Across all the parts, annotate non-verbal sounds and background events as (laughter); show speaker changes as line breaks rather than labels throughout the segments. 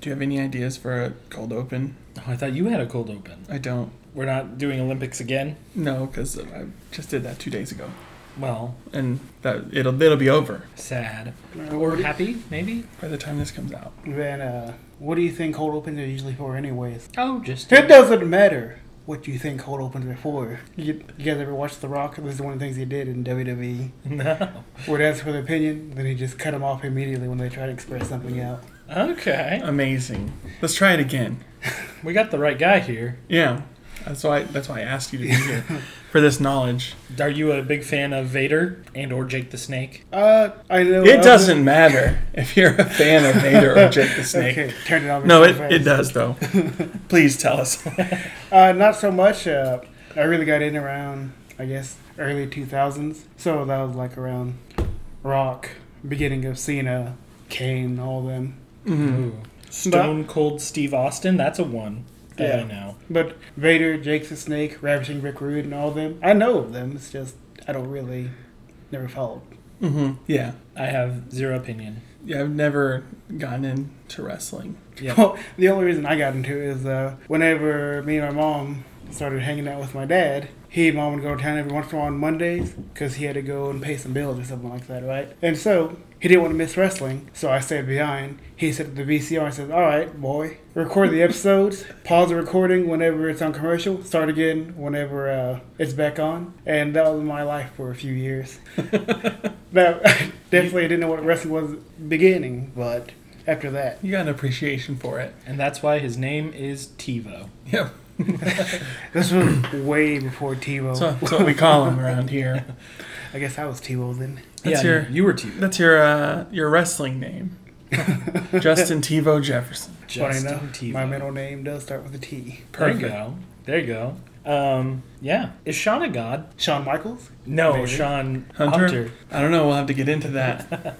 Do you have any ideas for a cold open?
Oh, I thought you had a cold open.
I don't.
We're not doing Olympics again.
No, because I just did that two days ago,
Well,
and that it'll it'll be over
sad or
Or
happy, maybe.
by the time this comes out.
Then, uh, what do you think cold opens are usually for, anyways?
Oh, just
It doesn't matter what you think cold opens are for. You, you guys ever watch The Rock? This is one of the things he did in E. WWE.
(laughs) no.
Would ask for an opinion, then he just cut them off immediately when they try to express something out.
Okay,
Amazing. Let's try it again.
we got the right guy here.
Yeah, that's why that's why I asked you to be here for this knowledge.
Are you a big fan of Vader and or Jake the Snake?
Uh, I know.
It doesn't matter if you're a fan of Vader or Jake the Snake.
Okay, turn it off.
No, it,
It's so
it
fast.
does though. Please tell us.
Uh, not so much. Uh, I really got in around, I guess, early 2000s. So that was like around Rock, beginning of Cena, Kane, all them. Mm-hmm.
Mm-hmm.
Ooh. Stone Cold Steve Austin. That's a one. That I
Yeah.
know.
But Vader, Jake the Snake, Ravishing Rick Rude, and all them. I know of them. It's just I don't really never followed.
hmm Yeah,
I have zero opinion.
yeah. I've never gone into wrestling.
Yeah.
(laughs) Well, the only reason I got into it is uh, whenever me and my mom started hanging out with my dad, he and mom would go to town every once in a while on Mondays because he had to go and pay some bills or something like that, right? And so he didn't want to miss wrestling, so I stayed behind. He set up the VCR and said, All right, boy, record the episodes, pause the recording whenever it's on commercial, start again whenever uh, it's back on. And that was my life for a few years. Now, (laughs) definitely I didn't know what wrestling was at the beginning, but after that,
You got an appreciation for it.
And that's why his name is TiVo.
Yeah,
This was (clears throat) way before TiVo.
that's what, that's what we call them around here.
I guess I was TiVo then.
That's
yeah,
your-
you were TiVo.
That's your uh, your wrestling name, Justin Tivo Jefferson.
Funny
Justin
enough,
TiVo.
my middle name does start with a T.
There you go. There you go. Um, yeah. Is Sean a god?
Shawn Michaels.
No,
Maybe.
Sean Hunter?
Hunter? I don't know. We'll have to get into (laughs) that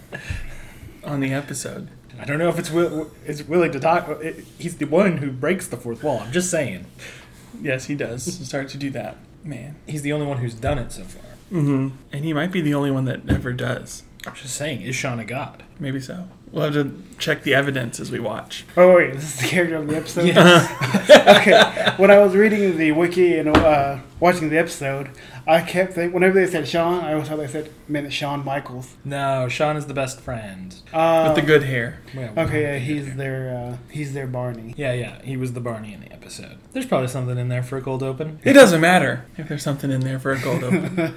on the episode.
I don't know if it's will, it's willing to talk. It, he's the one who breaks the fourth wall. I'm just saying.
Yes, he does start to do that, man.
He's the only one who's done it so far.
Mm-hmm. And he might be the only one that ever does.
I'm just saying. Is Sean a god?
Maybe so. We'll have to check the evidence as we watch.
Oh wait, this is the character on the episode.
Yes.
(laughs) okay, when I was reading the wiki and uh, watching the episode, I kept think whenever they said Sean, I always thought they said meant Shawn Michaels.
no, Sean is the best friend.
Uh,
With the good hair.
Well,
Okay, yeah, he's their uh, he's their Barney.
Yeah, yeah. He was the Barney in the episode. There's probably something in there for a cold open.
It doesn't matter if there's something in there for a gold open.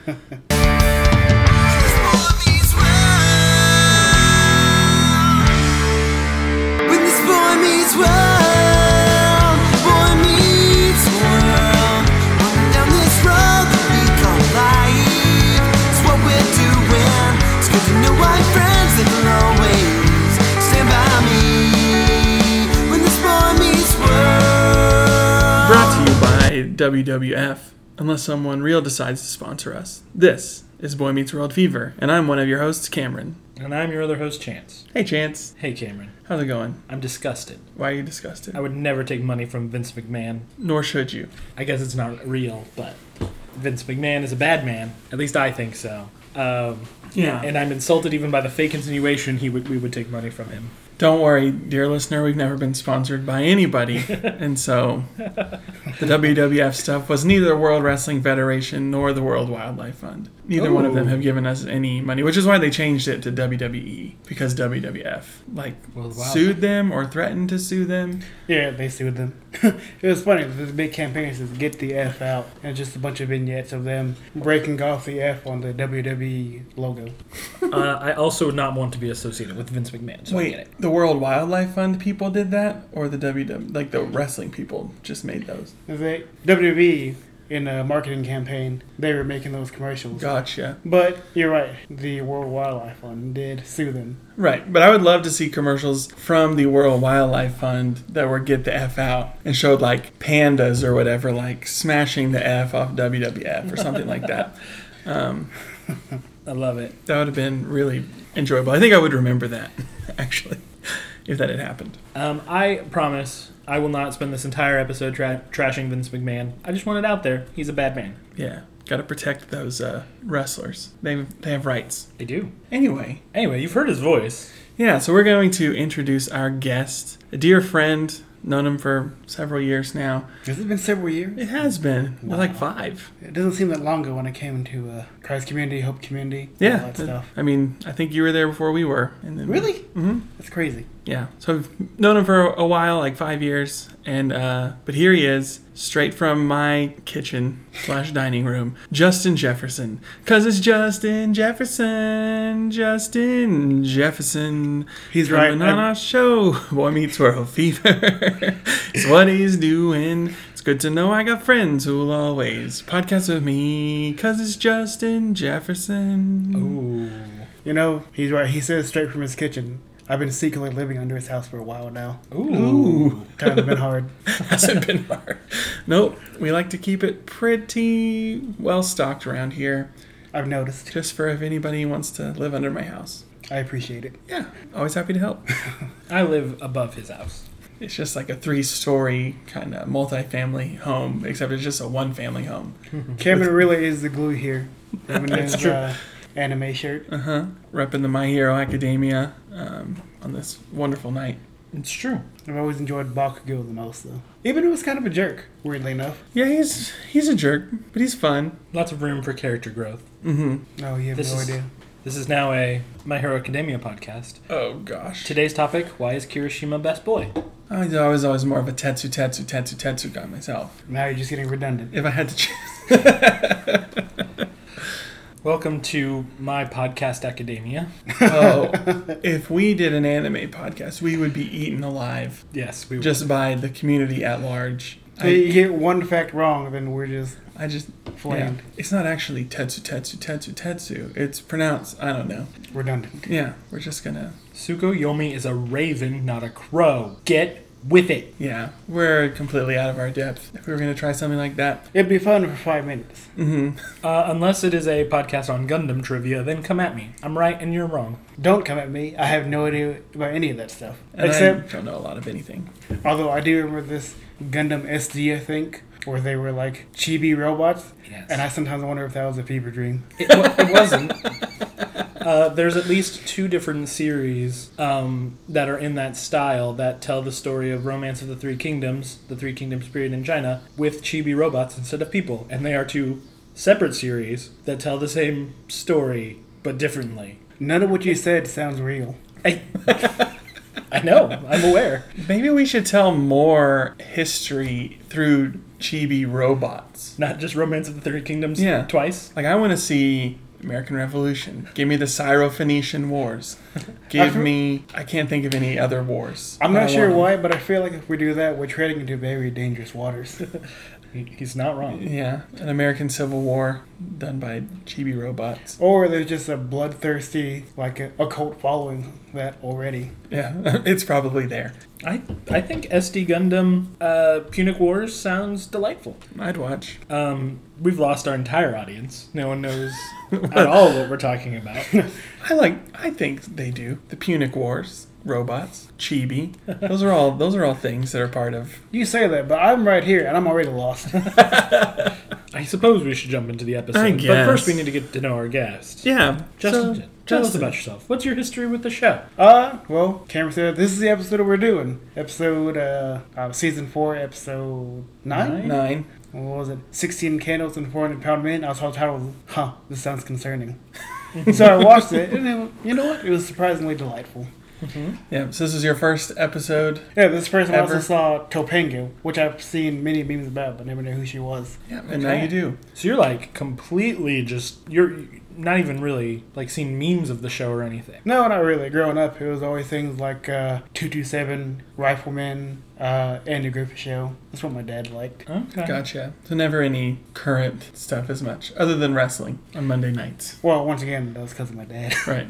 Brought to you by WWF. Unless someone real decides to sponsor us. This is Boy Meets World Fever, and I'm one of your hosts, Cameron.
And I'm your other host, Chance.
Hey, Chance.
Hey, Cameron.
How's it going?
I'm disgusted.
Why are you disgusted?
I would never take money from Vince McMahon.
Nor should you.
I guess it's not real, but Vince McMahon is a bad man. At least I think so. Um,
Yeah.
and I'm insulted even by the fake insinuation he would we would take money from him.
Don't worry, dear listener, we've never been sponsored by
(laughs)
anybody. and so the WWF stuff was neither the World Wrestling Federation nor the World Wildlife Fund. Neither one of them
Ooh.
have given us any money, which is why they changed it to WWE because WWF like
World Wildlife.
sued them or threatened to sue them.
Yeah, they sued them. (laughs) it was funny. This big campaign says "Get the F out," and just a bunch of vignettes of them breaking off the F on the WWE logo.
uh, I also would not want to be associated with Vince McMahon. So I get
Wait,
it.
the World Wildlife Fund people did that or the WW like the wrestling people just made those.
They WWE in a marketing campaign, they were making those commercials.
Gotcha.
But you're right. The World Wildlife Fund did sue them.
Right, but I would love to see commercials from the World Wildlife Fund that were get the F out and showed like pandas or whatever, like smashing the F off WWF or something like that. Um,
I love it.
that would have been really enjoyable. I think I would remember that (laughs) actually if that had happened.
Um, I promise I will not spend this entire episode tra- trashing Vince McMahon. I just want it out there. He's a bad man.
Yeah, got to protect those uh, wrestlers. They they have rights.
They do.
Anyway,
Anyway, you've heard his voice.
Yeah, so we're going to introduce our guest, a dear friend, known him for several years now.
Has it been several years?
It has been
Wow.
like five.
It doesn't seem that long ago when I came to uh, Christ Community, Hope Community, all
Yeah,
that stuff.
I mean, I think you were there before we were. And then
Really?
hmm
That's crazy.
Yeah. So I've known him for a while, like five years, and uh, but here he is, straight from my kitchen slash dining room, Justin Jefferson, cause it's Justin Jefferson, Justin Jefferson.
He's
coming
right.
on
I-
our show. (laughs) Boy Meets World Fever. (laughs) it's what he's doing. It's good to know I got friends who'll always podcast with me, cause it's Justin Jefferson.
Ooh. You know, he's right. He says straight from his kitchen. I've been secretly living under his house for a while now.
Ooh.
Times have been (laughs) hard.
hasn't been hard. Nope. We like to keep it pretty well stocked around here,
I've noticed.
just for if anybody wants to live under my house.
I appreciate it.
Yeah, always happy to help.
I live above his house.
It's just like a three-story kind of multi-family home, except it's just a one-family home.
Cameron really is the glue here. Him and
That's
his,
true.
Uh, anime shirt.
Uh huh. Repping the My Hero Academia um, on this wonderful night.
It's true.
I've always enjoyed Bakugo the most, though. Even though it's kind of a jerk, weirdly enough.
Yeah, he's he's a jerk, but he's fun.
Lots of room for character growth.
Mm-hmm.
No, you have
This
no
is-
idea.
This is now a My Hero Academia podcast.
Oh gosh.
Today's topic: Why is Kirishima best boy?
I was always always more of a Tetsu Tetsu Tetsu Tetsu guy myself.
Now you're just getting redundant.
If I had to (laughs) choose.
Welcome to my podcast academia.
Oh, if we did an anime podcast, we would be eaten alive
Yes, we
just by the community at large.
So
I,
you get one fact wrong, then we're just
I just, yeah.
flamed.
It's not actually Tetsu Tetsu Tetsu Tetsu. It's pronounced, I don't know.
Redundant.
Yeah, we're just gonna,
Suko Yomi is a raven, not a crow. Get with it.
yeah, we're completely out of our depth. If we were gonna try something like that,
It'd be fun for five minutes.
mm-hmm.
Uh, unless it is a podcast on Gundam trivia, then come at me. I'm right and you're wrong.
Don't come at me. I have no idea about any of that stuff.
and
Except,
I don't know a lot of anything.
although I do remember this Gundam SD, I think, where they were like chibi robots.
Yes.
And I sometimes wonder if that was a fever dream.
It, wa- it wasn't. Uh, there's at least two different series um, that are in that style that tell the story of Romance of the Three Kingdoms, the Three Kingdoms period in China, with chibi robots instead of people. And they are two separate series that tell the same story but differently.
None of what you said sounds real.
I, I know, I'm aware.
Maybe we should tell more history through chibi robots.
Not just Romance of the Three Kingdoms
Yeah.
twice.
Like I want to see American Revolution. Give me the Syro-Phoenician Wars. Give
feel-
me I can't think of any other wars.
I'm
I
not
don't
sure
want
why, but I feel like if we do that, we're treading into very dangerous waters.
(laughs) He- He's not wrong.
them. Yeah, an American Civil War done by chibi robots.
or there's just a bloodthirsty, like a, a cult following that already.
Yeah, (laughs) it's probably there.
I, I think SD Gundam uh, Punic Wars sounds delightful.
I'd watch. Uh,
Um, we've lost our entire audience. No
(laughs)
one knows at all what we're talking about. (laughs)
I like I think they do. The Punic Wars, robots, chibi. Those are all those are all things that are part of
You say that, but I'm right here and I'm already lost. (laughs)
I suppose we should jump into the episode,
I
but
guess.
first we need to get to know our guest.
Yeah.
Justin,
so-
tell us
Justin.
about yourself. What's your history with the show?
uh, well, Cameron said this is the episode we're doing. Episode, uh, uh season four, episode nine?
Nine.
What was it? 16 Candles and 400 Pound Men. I saw the title, huh, this sounds concerning. so I watched it, and it, you know what? It was surprisingly delightful.
Yeah, so this is your first episode.
Yeah, this person
Ever?
also saw Topanga, which I've seen many memes about, but never knew who she was.
Yeah, and now
Okay.
you do.
So you're like completely just you're not even really like seen memes of the show or anything.
No, not really. Growing up, it was always things like uh, 227, Rifleman, uh, and the Griffith Show. That's what my dad liked.
Okay.
Gotcha. So never any current stuff as much, other than wrestling on Monday nights.
Well, once again, that was because of my dad. (laughs)
Right.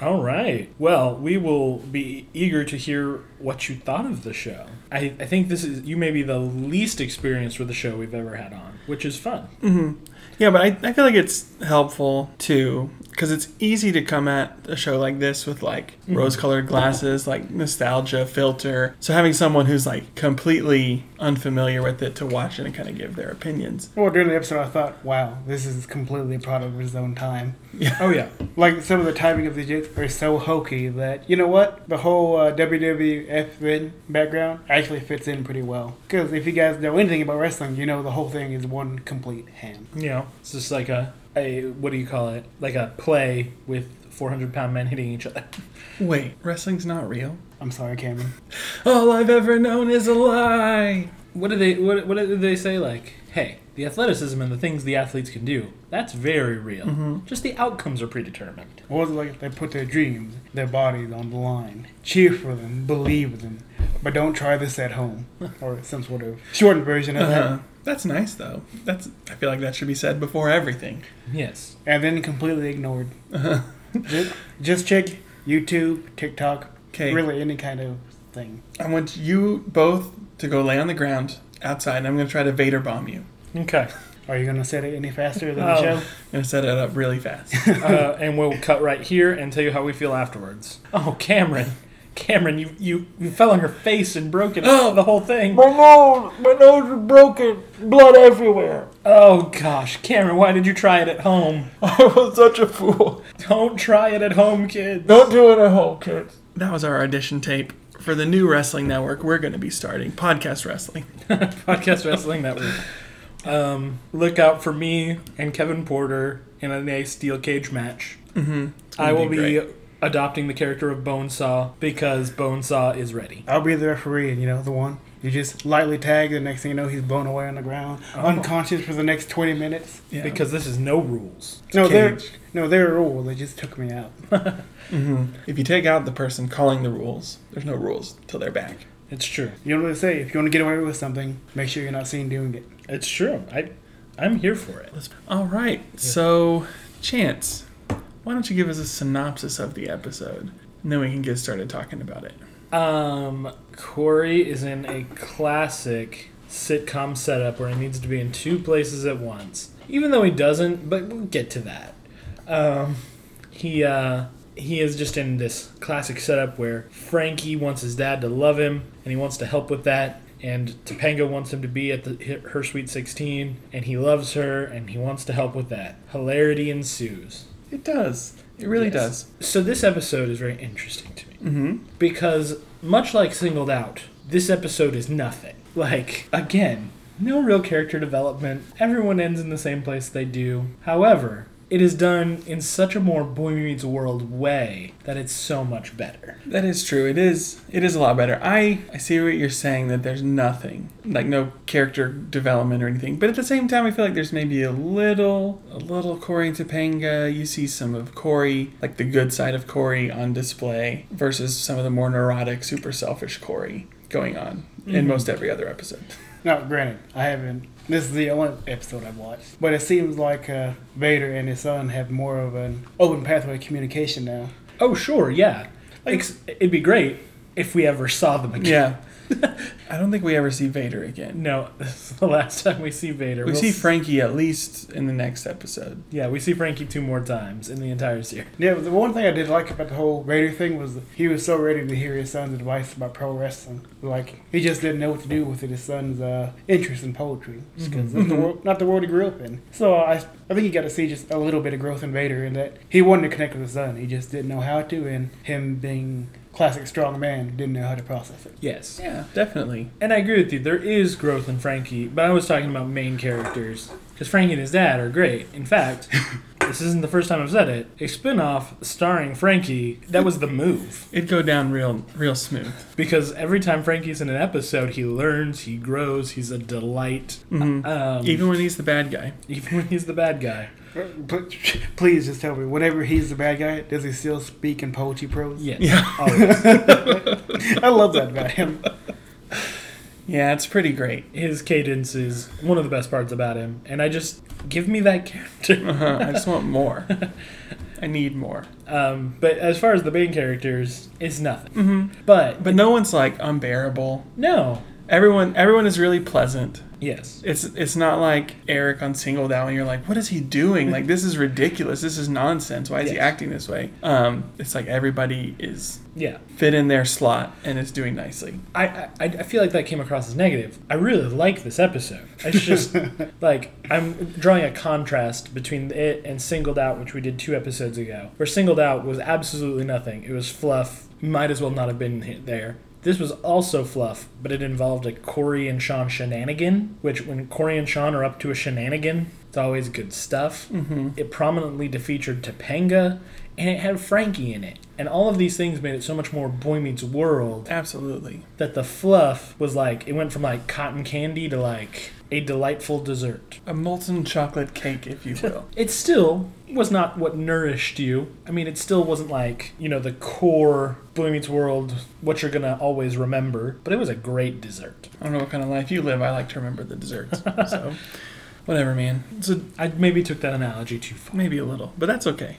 All right. Well, we will be eager to hear what you thought of the show. I, I think this is you may be the least experienced with the
(laughs)
show we've ever had on, which is fun.
hmm Yeah, but I, I feel like it's helpful to because it's easy to come at a show like this with like rose-colored glasses, like nostalgia filter. So having someone who's like completely unfamiliar with it to watch it and kind of give their opinions.
Well, during the episode, I thought, wow, this is completely a product of his own time.
Oh yeah.
Like, some of the timing of the jokes are so hokey that, you know what? The whole uh, WWF thing background actually fits in pretty well. Because if you guys know anything about wrestling, you know the whole thing is one complete ham.
You know, it's just like a, a what do you call it? Like a play with 400 pound men hitting each other. (laughs)
Wait, wrestling's not real.
I'm sorry, Cameron.
All I've ever known is a lie.
What do they what what do they say like, "Hey, the athleticism and the things the athletes can do, that's very real.
Mm-hmm.
Just the outcomes are predetermined."
Or was it like they put their dreams, their bodies on the line? Cheer for them, believe them, but don't try this
(laughs)
at home. Or some sort of shortened version of
Uh-huh.
that.
That's nice though. That's I feel like that should be said before everything.
Yes.
And then completely ignored.
Uh-huh.
just, just check YouTube, TikTok,
Okay.
really any kind of thing.
I want you both to go lay on the ground outside, and I'm going to try to Vader bomb you.
Okay.
Are you gonna set it any faster than
Oh.
the show?
I'm going to set it up really fast. (laughs)
uh, and we'll cut right here and tell you how we feel afterwards. Oh, Cameron. Cameron, you, you, you fell on her face and broke it. Oh, the whole thing.
My nose, my nose is broken, blood everywhere.
Oh, gosh. Cameron, why did you try it at (laughs) home?
I was such a fool.
Don't try it at home, kid.
Don't do it at home, kids.
that was our audition tape for the new wrestling network we're going to be starting, podcast wrestling.
Podcast Wrestling Network. Um, look out for me and Kevin Porter in a nice steel cage match. Mm-hmm. I
gonna
will
be
be adopting the character of Bonesaw because Bonesaw is ready.
I'll be the referee, and you know the one you just lightly tag. The next thing you know, he's blown away on the ground,
Oh.
unconscious for the next twenty minutes.
Yeah.
Because this is no rules.
No, they're
cage.
no, they're rule. They just took me out.
if you take out the person calling the rules, there's no rules till they're back.
It's true.
You know what they say? If you want to get away with something, make sure you're not seen doing it.
It's true. I, I'm here for it.
All right. So, Chance, why don't you give us a synopsis of the episode? And then we can get started talking about it.
Um, Corey is in a classic sitcom setup where he needs to be in two places at once. Even though he doesn't, but we'll get to that. Um, he uh, he is just in this classic setup where Frankie wants his dad to love him and he wants to help with that. And Topanga wants him to be at the, her sweet 16, and he loves her, and he wants to help with that. Hilarity ensues.
It does. It really
Yes. So this episode is very interesting to me
does. hmm
because much like singled out this episode is nothing like again no real character development everyone ends in the same place they do however it is done in such a more boy meets world way that it's so much better
That is true. It is. It is a lot better. I I see what you're saying that there's nothing like no character development or anything. But at the same time, I feel like there's maybe a little, a little Corey and Topanga. You see some of Corey, like the good side of Corey, on display versus some of the more neurotic, super selfish Corey going on in most every other episode.
Now, granted, I haven't. This is the only episode I've watched, but it seems like uh, Vader and his son have more of an open pathway of communication now.
oh sure yeah Ex- it'd be great if we ever saw them again
Yeah. I don't think we ever see Vader again.
no (laughs) this is the last time we see vader
We
We'll
see
s-
Frankie at least in the next episode.
yeah we see frankie two more times in the entire series
Yeah, but the one thing I did like about the whole Vader thing was he was so ready to hear his son's advice about pro wrestling. Like he just didn't know what to do with it, his son's uh, interest in poetry, because the world, not the world he grew up in. So I, I think you got to see just a little bit of growth in Vader, in that he wanted to connect with his son, he just didn't know how to, and him being classic strong man didn't know how to process it.
yes
Yeah, definitely.
And I agree with you. There is growth in Frankie, but I was talking about main characters because Frankie and his dad are great. In fact, this isn't the first time I've said it. A spin-off starring Frankie that was the move
It'd go down real, real smooth.
because every time Frankie's in an episode, he learns, he grows, he's a delight.
Mhm.
Um, even
Even when he's the bad guy.
(laughs) even when he's the bad guy.
But (laughs) please just tell me, whenever he's the bad guy, does he still speak in poetry prose?
Yes.
Yeah.
always.
(laughs) I love that about him.
(laughs) Yeah, it's pretty great.
His cadence is one of the best parts about him, and I just give me that (laughs) character.
(laughs) Uh-huh. I just want more. I need more.
Um, but as far as the main characters, it's nothing. But
But no one's like unbearable.
no,
Everyone, everyone is really pleasant.
Yes.
It's it's not like Eric on Singled Out, and you're like, what is he doing? Like this is ridiculous. This is nonsense. Why is he
Yes.
acting this way? Um, it's like everybody is
Yeah.
fit in their slot and is doing nicely.
I, I I feel like that came across as negative. I really like this episode. It's just like I'm drawing a contrast between it and Singled Out, which we did two episodes ago, where Singled Out was absolutely nothing. It was fluff. Might as well not have been hit there. This was also fluff, but it involved a Corey and Sean shenanigan, which when Corey and Sean are up to a shenanigan, it's always good stuff. Mm-hmm. It prominently featured Topanga, and it had Frankie in it. And all of these things made it so much more Boy Meets World
Absolutely.
that the fluff was like it went from like cotton candy to like a delightful dessert.
A molten chocolate cake, if you will.
It still was not what nourished you. I mean, it still wasn't like, you know, the core Boy Meets World, what you're gonna always remember, but it was a great dessert.
I don't know what kind of life you live. I like to remember the desserts. (laughs) So, whatever, man.
So I maybe took that analogy too far.
Maybe a little, but that's okay.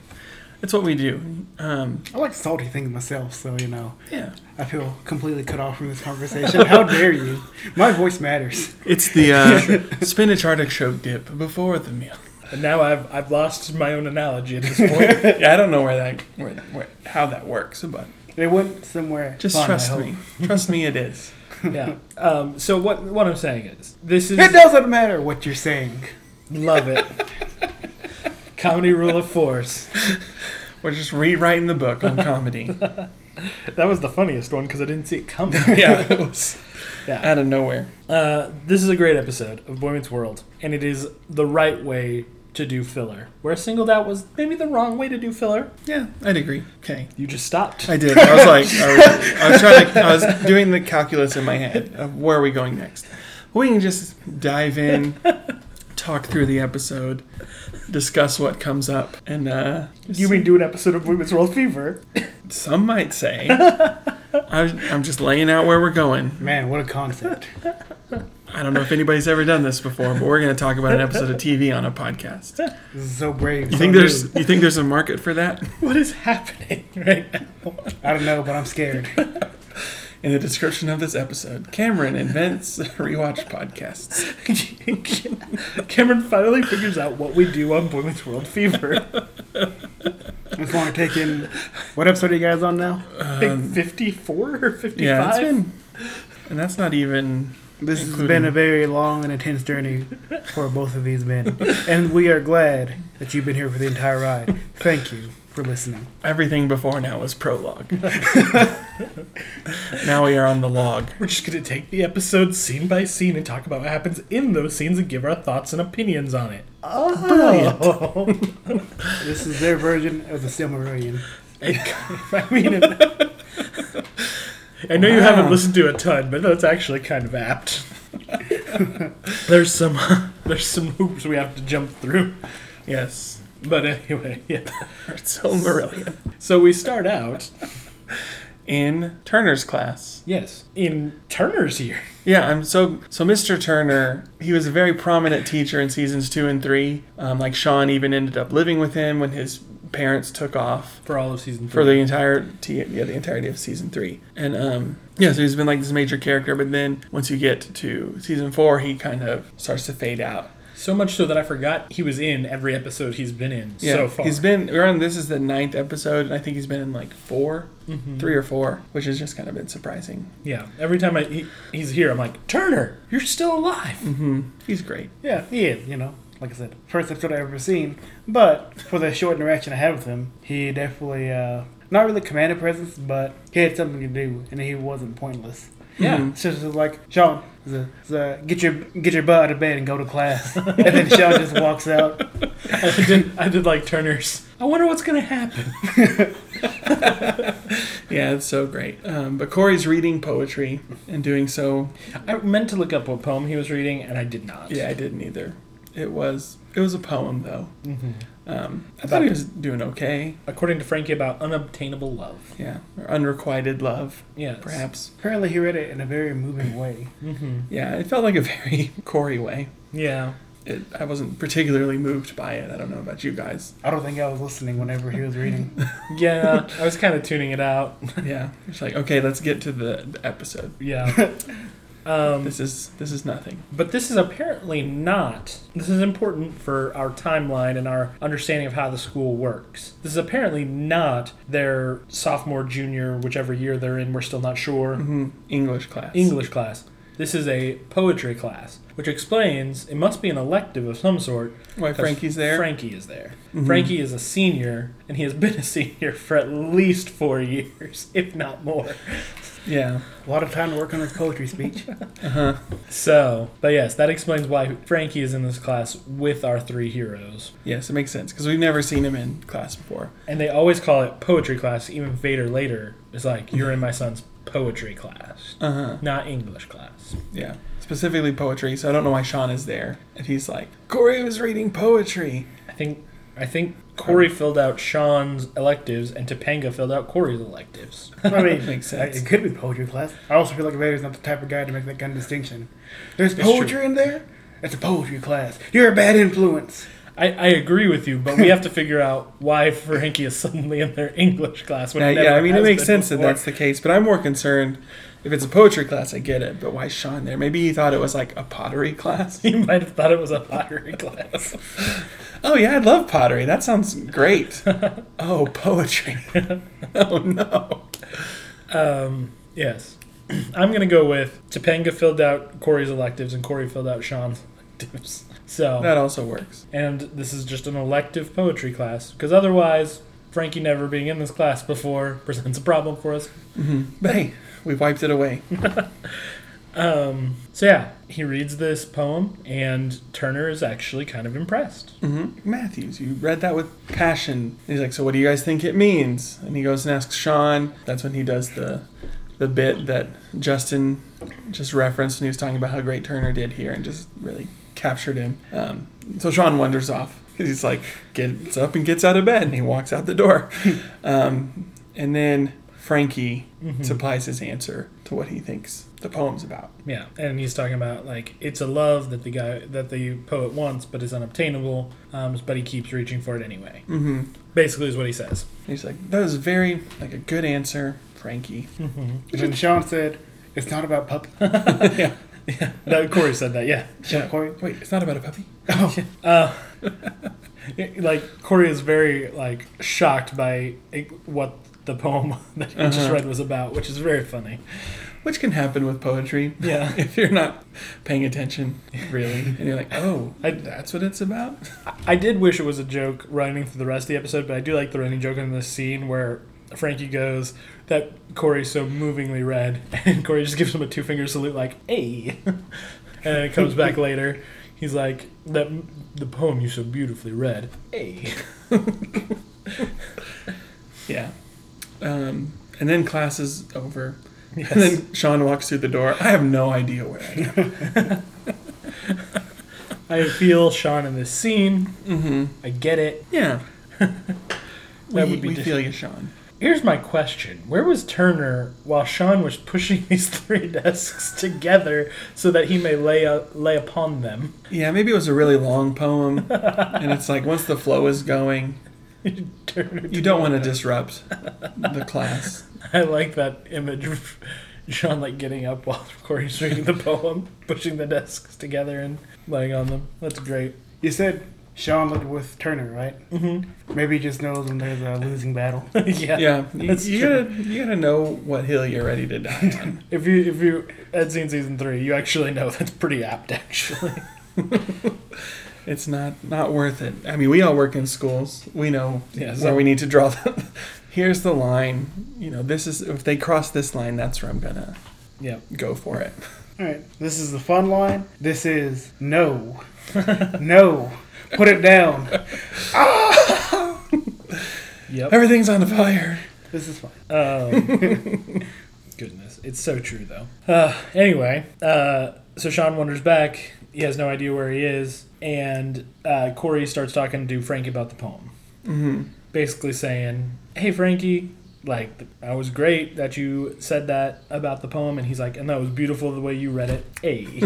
It's what we do. Um,
I like salty things myself, so you know
yeah.
I feel completely cut off from this conversation. How dare you? My voice matters.
It's the uh, (laughs) spinach artichoke dip before the (laughs) meal.
And now I've I've lost my own analogy at this
(laughs)
point.
Yeah, I don't know where that, where, where, how that works, but
They went somewhere.
just
fun, I
trust
hope.
me. Trust me, it is.
yeah. Um, so what what I'm saying is this is
It doesn't matter what you're saying.
love it. Comedy rule of force.
We're just rewriting the book on comedy.
That was the funniest one because I didn't see it coming.
(laughs) yeah, it was
Yeah.
(laughs) out of nowhere.
Uh, this is a great episode of Boy Meets World, and it is the right way to do filler. Where singled out was maybe the wrong way to do filler.
Yeah, I'd agree. Okay.
You just stopped.
I did. I was like, I was, I was trying to, I was (laughs) doing the calculus in my head of where are we going next. We can just dive in, talk through the episode, discuss what comes up, and uh,
You mean do an episode of Boy Meets World Fever?
some might (laughs) say I'm, I'm just laying out where we're going.
Man, what a concept.
I don't know if anybody's ever done this before, but we're going to talk about an episode of TV on a podcast.
This is so brave.
You
so
think there's
new.
you think there's a market for that?
What is happening (laughs) right now?
I don't know, but I'm scared.
In the description of this episode, Cameron invents (laughs) rewatch podcasts.
Cameron finally figures out what we do on Boy Meets World Fever.
I just want to take in. What episode are you guys on now?
I think 54 or 55?
Um, Yeah, it's been, and that's not even
This has
Including-
been a very long and intense journey for both of these men. And we are glad that you've been here for the entire ride. Thank you for listening.
everything before now was prologue. (laughs) now we are on the log.
We're just going to take the episode scene by scene and talk about what happens in those scenes and give our thoughts and opinions on it. Oh.
This is their version of the Silmarillion.
(laughs) I mean, it, I know you haven't listened to a ton, but that's actually kind of apt. (laughs) there's some (laughs) there's some hoops we have to jump through,
Yes,
but anyway, (laughs) yeah.
it's Silmarillion.
So we start out,
In Turner's class.
yes, in Turner's year.
Yeah, I'm so so. Mr. Turner, he was a very prominent teacher in seasons two and three. Um, like Sean even ended up living with him when his parents took off.
for all of season
for the entire t- yeah the entirety of season three and um yeah so he's been like this major character but then once you get to season four he kind of starts to fade out
So much so that I forgot he was in every episode he's been in
yeah
so far.
he's been we're on this is the ninth episode and i think he's been in like 4
Mm-hmm.
three or four which has just kind of been surprising
yeah, every time I he, he's here, I'm like Turner, you're still (laughs) alive.
he's great
Yeah, he is, you know. Like I said, first episode I've ever seen. But for the short interaction I had with him, he definitely, uh, not really commanded presence, but he had something to do, and he wasn't pointless.
Yeah,
Mhm.
It's just like, Sean, z- z- get your get your butt out of bed and go to class. (laughs) and then Sean just walks out.
I did. I did like Turner's. I wonder what's gonna happen.
yeah it's so great um, but corey's reading poetry and doing so
I meant to look up what poem he was reading, and I did not.
yeah i didn't either it was it was a poem though
Mm-hmm.
um, i thought he was doing okay
According to Frankie, about unobtainable love.
yeah or unrequited love
Yeah.
perhaps
Apparently, he read it in a very moving way.
Mm-hmm.
Yeah, it felt like a (laughs) very Corey way.
Yeah.
It, I wasn't particularly moved by it. I don't know about you guys.
I don't think I was listening whenever he was reading.
Yeah. I was kind of tuning it out.
(laughs) Yeah, it's like okay, let's get to the, the episode.
Yeah. Um,
This is this is nothing.
but this is apparently not. This is important for our timeline and our understanding of how the school works. This is apparently not their sophomore, junior, whichever year they're in, we're still not sure,
hmm English class.
English class. This is a poetry class, which explains it must be an elective of some sort.
Why Frankie's there? Mm-hmm.
Frankie is there. Frankie is a senior, and he has been a (laughs) senior for at least four years, if not more.
Yeah.
A lot of time working with poetry speech.
So, but yes, that explains why Frankie is in this class with our three heroes.
Yes, it makes sense because we've never seen him in class before.
And they always call it poetry class, even Vader later is like, You're in my son's poetry class,
Uh huh.
not English class.
Yeah. Specifically poetry. So I don't know why Sean is there. And he's like, Corey was reading poetry.
I think I think
Uh.
Corey filled out Sean's electives and Topanga filled out Corey's electives.
(laughs) I mean,
Makes
I-
sense.
it could be poetry class. I also feel like Vader's not the type of guy to make that kind of distinction. There's poetry in there. It's a poetry class. You're a bad influence.
I, I agree with you, but we have to figure out why Frankie is suddenly in their English class. When
Yeah,
he never
yeah, I mean, it
has
makes
been
sense that
before.
that's the case, but I'm more concerned if it's a poetry class, I get it, but why Sean there? Maybe he thought it was like a pottery (laughs) class.
(laughs) He might have thought it was a pottery class.
Oh, yeah, I love pottery. That sounds (laughs) great. oh, poetry. (laughs) oh, no.
Um, yes. (clears throat) I'm going to go with Topanga filled out Corey's electives and Corey filled out Sean's electives. (laughs) So,
That also works.
and this is just an elective poetry class because otherwise, Frankie never being in this class before (laughs) presents a problem for us.
But hey, we wiped it away.
Um, so, yeah, he reads this poem, and Turner is actually kind of impressed.
hmm Matthews, you read that with passion. He's like, so what do you guys think it means? And he goes and asks Sean. That's when he does the the bit that Justin just referenced when he was talking about how great Turner did here and just really captured him. Um, so Sean wanders off because he's like gets up and gets out of bed and he walks out the door. um, and then Frankie supplies his answer to what he thinks the poem's about.
Yeah, and he's talking about like it's a love that the guy that the poet wants but is unobtainable, um, but he keeps reaching for it anyway.
Mm-hmm.
Basically, is what he says.
He's like, that was very like a good answer, Frankie.
And
(laughs)
then Sean said, "It's not about puppy."
No, Corey said that. Yeah,
Yeah.
Corey.
Wait, it's not about a puppy.
Oh,
uh, like Corey is very like shocked by it, what the poem (laughs) that he just
Uh-huh.
read was about, which is very funny.
Which can happen with poetry. (laughs)
Yeah. (laughs)
If you're not paying attention, really. And you're like, oh,
I-
that's what it's about?
I did wish it was a joke running through the rest of the episode, but I do like the running joke in this scene where Frankie goes that Corey so movingly read, (laughs) and Corey just gives him a two finger salute, like "Hey," (laughs) and then it comes back later. He's like that the poem you so beautifully read.
(laughs)
Hey,
Yeah. Um, and then class is over.
yes.
And then Sean walks through the door. I have no idea where I am.
I feel Sean in this scene.
mm-hmm.
I get it.
(laughs) (laughs) Yeah.
That
we,
would be
we
dis-
feel you, Sean.
Here's my question: Where was Turner while Sean was pushing (laughs) these three desks together so that he may lay uh, lay upon them? (laughs)
Yeah, maybe it was a really long (laughs) poem. and it's like, once the flow is going,
Turner
you don't want to disrupt the class. (laughs)
I like that image of Sean like getting up while (laughs) Corey's reading the poem, pushing the desks together and laying on them. That's great. (laughs)
You said Sean looked with Turner, right?
Mm-hmm.
Maybe he just knows when there's a losing
(laughs)
battle.
yeah.
Yeah, you,
That's
you
true.
gotta you gotta know what hill you're ready to die on.
If you if you had seen season three, you actually know that's pretty apt. (laughs) Actually,
It's not not worth it. I mean, we all work in schools. We know
Yeah,
where
so-
we need to draw the. (laughs) Here's the line. You know, this is if they cross this line, that's where I'm gonna
yeah.
go for it.
All right, this is the fun line. This is
(laughs)
no, no, put it down.
Yep.
Everything's on fire.
This is fun.
Um, (laughs) goodness, it's so true though. Uh, anyway, uh, so Sean wanders back. He has no idea where he is, and uh, Corey starts talking to Frankie about the poem.
Mm-hmm.
basically saying, "Hey Frankie, like I was great that you said that about the poem," and he's like, "And that was beautiful the way you read it." Hey.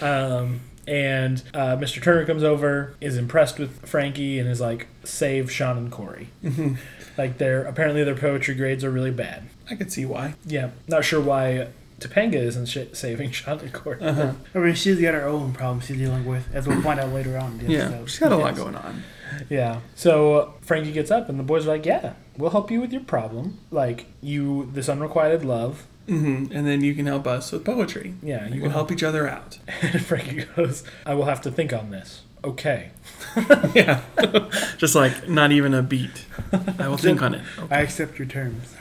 um, and uh, Mr. Turner comes over, is impressed with Frankie, and is like, "Save Sean and Corey."
Mhm.
Like they're apparently their poetry grades are really bad.
I could see why.
Yeah, not sure why Topanga isn't sh- saving (laughs) Sean and Courtney.
Uh-huh.
I mean, she's got her own problems she's dealing with, as we'll find out later on. in the
Yeah,
episode.
she's got a lot going on.
Yeah. So uh, Frankie gets up, and the boys are like, "Yeah, we'll help you with your problem. Like you, this unrequited love. (laughs)
hmm And then you can help us with poetry.
Yeah,
You
you
will help each other out. (laughs)
And Frankie goes, "I will have to think on this." Okay.
yeah, (laughs) just like not even a beat. I will think on it.
I accept your terms.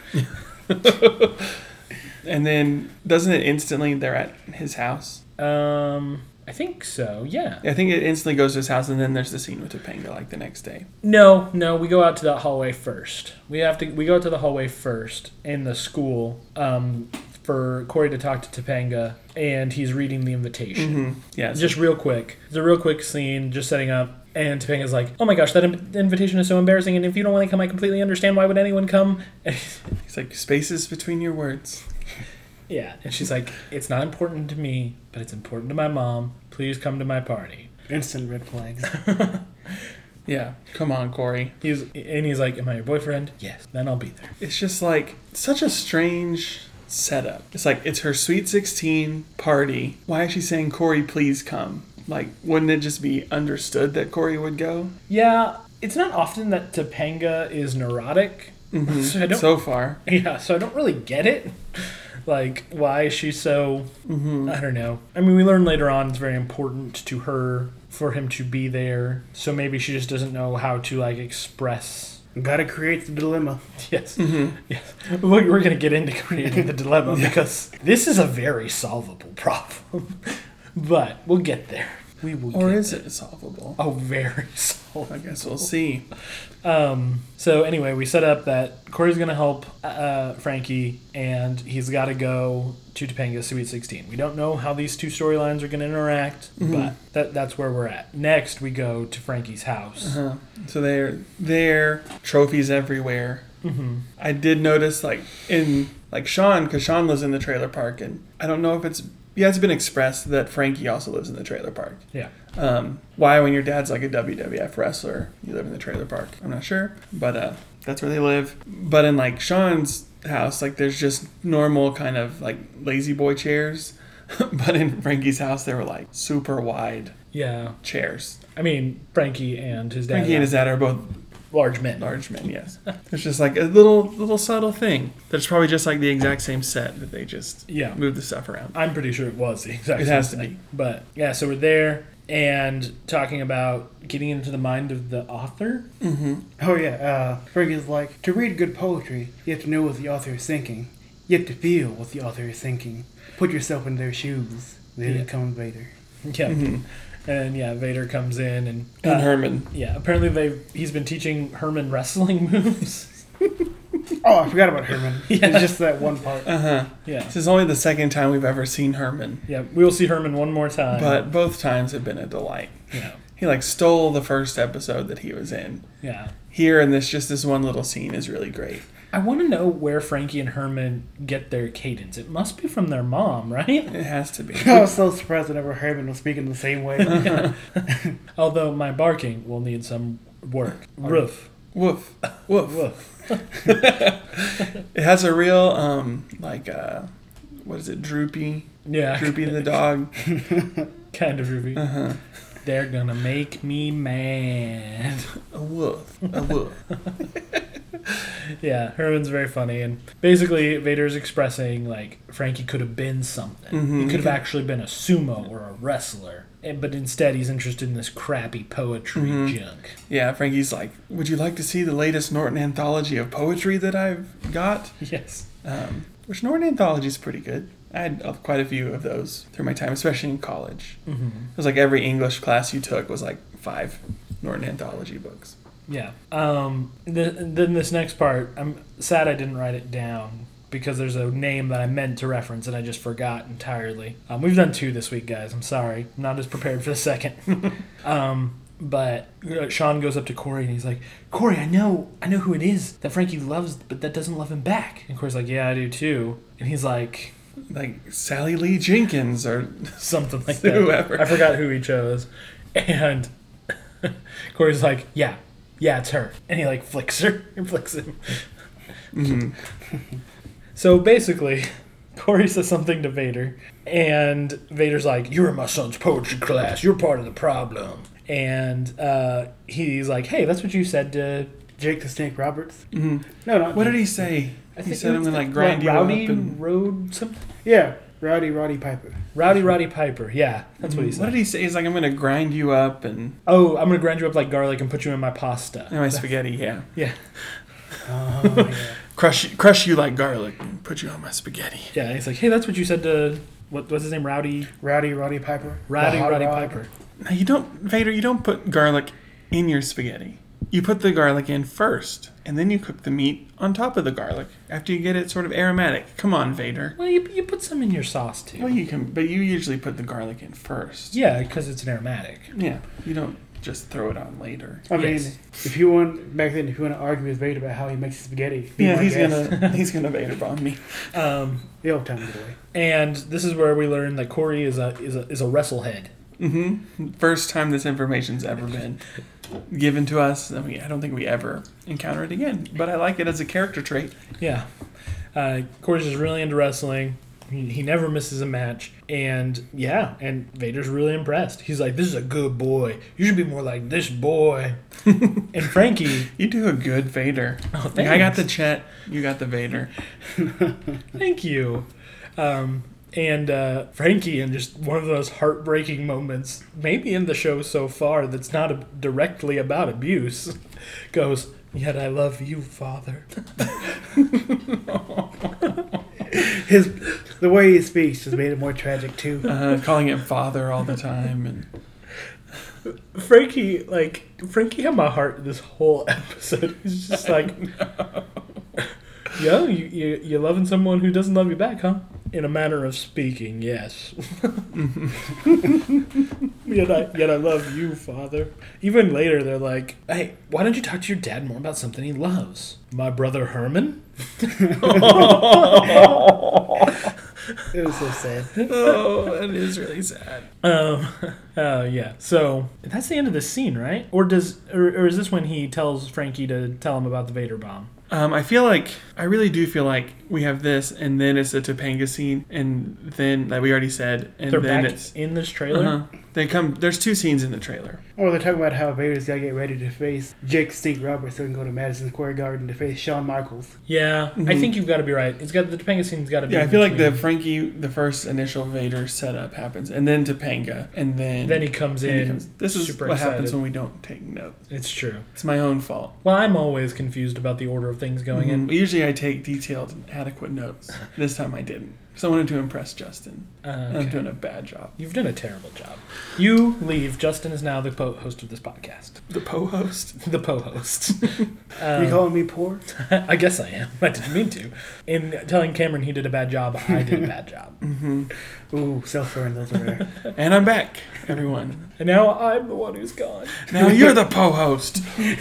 And then doesn't it instantly? They're at his house.
Um, I think so. Yeah.
I think it instantly goes to his house, and then there's the scene with Topanga like the next day.
No, no, we go out to that hallway first. We have to we go to the hallway first in the school um, for Corey to talk to Topanga, and he's reading the invitation.
Yeah, it's
Just real quick. It's a real quick scene, just setting up. And Topanga's like, oh my gosh, that in- invitation is so embarrassing. And if you don't want to come, I completely understand. Why would anyone come? And (laughs) he's-
It's like spaces between your words.
yeah. And she's like, it's not important to me, but it's important to my mom. Please come to my party.
Instant red flags. (laughs)
Yeah, come on, Corey.
He's And he's like, am I your boyfriend? Yes. Then I'll be there.
It's just like such a strange setup. It's like it's her sweet sixteen party. Why is she saying Corey, please come? Like, wouldn't it just be understood that Corey would go?
Yeah. It's not often that Topanga is neurotic. (laughs) So I don't
So far,
Yeah, so I don't really get it. Like, why she's so.
Mm-hmm.
I don't know. I mean, we learn later on it's very important to her for him to be there. So maybe she just doesn't know how to, like, express. (laughs)
Gotta create the dilemma.
Yes.
Mm-hmm.
yes. We're, we're going to get into creating the
(laughs)
dilemma because this is a very solvable (laughs) problem. but we'll get there. We will
or
get
is it solvable?
Oh, very (laughs) solvable.
I guess we'll see.
Um, so anyway, we set up that Corey's gonna help uh, Frankie, and he's got to go to Topanga's Sweet Sixteen. We don't know how these two storylines are gonna interact,
Mm-hmm.
but that, that's where we're at. Next, we go to Frankie's house.
Uh, so they're there, trophies everywhere. I did notice, like in like Sean, because Sean lives in the trailer park, and I don't know if it's yeah, it's been expressed that Frankie also lives in the trailer park.
Yeah,
Um, why, when your dad's like a WWF wrestler, you live in the trailer park? I'm not sure, but uh, that's where they live. But in like Sean's house, like there's just normal kind of like lazy boy chairs. (laughs) but in Frankie's house, they were like super wide
yeah.
chairs.
I mean, Frankie and his dad,
Frankie and his dad are both
large men.
large men. Yes, it's just like a little little subtle thing that's probably just like the exact same set that they just
Yeah.
move the stuff around.
I'm pretty sure it was the exact.
It
same
has to
thing.
be.
But yeah, so we're there and talking about getting into the mind of the author. (laughs)
Oh yeah, uh, Frank is like, to read good poetry, you have to know what the author is thinking. You have to feel what the author is thinking. Put yourself in their shoes. Then
Yeah.
you become Vader.
Yeah. And yeah, Vader comes in and
Mm-hmm. And
uh,
Herman,
Yeah, apparently they he's been teaching Herman wrestling (laughs) moves.
Oh, I forgot about Herman.
Yeah.
It's just that one part.
uh huh.
yeah.
This is only the second time we've ever seen Herman,
Yeah, we will see Herman one more time.
but both times have been a delight.
yeah.
He like stole the first episode that he was in.
Yeah.
Here and this just this one little scene is really great.
I want to know where Frankie and Herman get their cadence. It must be from their mom, right?
It has to be.
I was so surprised whenever Herman was speaking the same way.
Although my barking will need some work. Roof.
Woof, woof.
Woof.
(laughs) It has a real um like uh what is it droopy
Yeah. (laughs)
droopy the dog.
Kind of Ruby.
Uh-huh.
They're gonna make me mad.
A woof, a woof.
Yeah, Herman's very funny, and basically Vader's expressing like Frankie could have been something.
Mhm.
He could have actually been a sumo or a wrestler, and, but instead he's interested in this crappy poetry junk. (laughs)
Yeah, Frankie's like, would you like to see the latest Norton anthology of poetry that I've got?
Yes.
Um, which Norton anthology is pretty good. I had uh, quite a few of those through my time, especially in college.
Mm-hmm.
It was like every English class you took was like five Norton anthology books.
Yeah. Um. Th- then this next part, I'm sad I didn't write it down because there's a name that I meant to reference and I just forgot entirely. Um, we've done two this week, guys. I'm sorry. I'm not as prepared for the second. (laughs) um. But uh, Sean goes up to Corey and he's like, "Corey, I know, I know who it is that Frankie loves, but that doesn't love him back." And Corey's like, "Yeah, I do too." And he's like,
Like Sally Lee Jenkins or
(laughs) something like that.
whoever.
I forgot who he chose. And (laughs) Corey's like, yeah, yeah, it's her. (laughs) And he like
Mm-hmm.
(laughs) flicks her and flicks him. So basically, (laughs) Corey says something to Vader, and Vader's like, "You're in my son's poetry class. You're part of the problem." And uh, he's like, "Hey, that's what you said to."
(laughs) Jake the Snake Roberts. Mm-hmm. No, not
What
Jake.
did he say? He said, I'm going
it's
to like
what,
grind you up.
Rowdy
And,
Road something.
Yeah, Rowdy Roddy Piper.
Rowdy Roddy Piper. Yeah, that's what he said.
Mm, what did he say? He's like, I'm going to grind you up and
oh, I'm gonna grind you up like garlic and put you in my pasta.
and my spaghetti. Yeah.
Yeah,
Oh, yeah.
Crush, crush you like garlic and put you on my spaghetti.
yeah. He's like, "Hey, that's what you said to." What, what's his name? Rowdy,
Rowdy Roddy Piper.
Rowdy,
The Hot
Roddy
Rod.
Piper.
Now, you don't, Vader, you don't put garlic in your spaghetti. You put the garlic in first, and then you cook the meat on top of the garlic after you get it sort of aromatic. Come on, Vader.
Well, you, you put some in your sauce too.
Well, you can, but you usually put the garlic in first.
Yeah, because it's an aromatic.
Yeah, you don't just throw it on later.
I mean,
Yes.
if you want back then, if you want to argue with Vader about how he makes spaghetti, be
Yeah,
my
he's
guest. (laughs)
gonna (laughs) he's gonna Vader bomb me.
Um,
the old time getaway.
and this is where we learn that Corey is a is a is a wrestlehead.
Mm-hmm. First time this information's ever been given to us. I mean, I don't think we ever encounter it again. But I like it as a character trait.
Yeah, uh, Corey's just really into wrestling. He, he never misses a match, and yeah, and Vader's really impressed. He's like, "This is a good boy. You should be more like this boy." and Frankie,
You do a good Vader.
oh, thanks.
Like, I got the Chet. You got the Vader.
Thank you. Um, and uh, Frankie, and just one of those heartbreaking moments, maybe in the show so far, that's not a- directly about abuse, (laughs) goes, Yet I love you, Father.
His the way he speaks just made it more tragic too.
Uh, calling him father all the time, and
(laughs) Frankie, like, Frankie had my heart this whole (laughs) episode. He's just like, Yo, you, you, you're loving someone who doesn't love you back, huh? In a manner of speaking, yes. yet, I, yet I love you, father. Even later, they're like, hey, why don't you talk to your dad more about something he loves? My brother Herman? (laughs)
It was so sad.
oh, that is really sad.
Um, (laughs) oh, yeah. So that's the end of the scene, right? Or does, or, or is this when he tells Frankie to tell him about the Vader bomb?
Um, I feel like I really do feel like we have this, and then it's a Topanga scene, and then like we already said, and
They're
then
back
it's
in this trailer.
uh they come. There's two scenes in the trailer.
Or they're talking about how Vader's gotta get ready to face Jake Stink Roberts so he can go to Madison Square Garden to face Shawn Michaels.
Yeah, I
Mhm.
think you've got to be right. It's got the Topanga scene's got to be.
Yeah, I
in
feel like the
between.
Frankie, the first initial Vader setup happens, and then Topanga, and then
then he comes
and
in.
he comes- This is
super
what happens
excited.
when we don't take notes.
It's true.
It's my own fault.
Well, I'm always confused about the order of things going
Mhm. Usually I take detailed and adequate
(laughs)
notes. This time I didn't. So I wanted to impress Justin.
in. Uh,
and I'm
okay.
doing a bad job.
You've done a terrible job. You leave. Justin is now the po- host of this podcast. (laughs)
The po host.
The
(laughs)
po-host.
Oh.
you
um,
calling me poor?
(laughs) I guess I am. I didn't mean to. In telling Cameron he did a bad job, I did a bad (laughs) job.
hmm
Ooh, self burn those are rare. (laughs)
And I'm back, everyone.
And now I'm the one who's gone.
Now you're the po host. I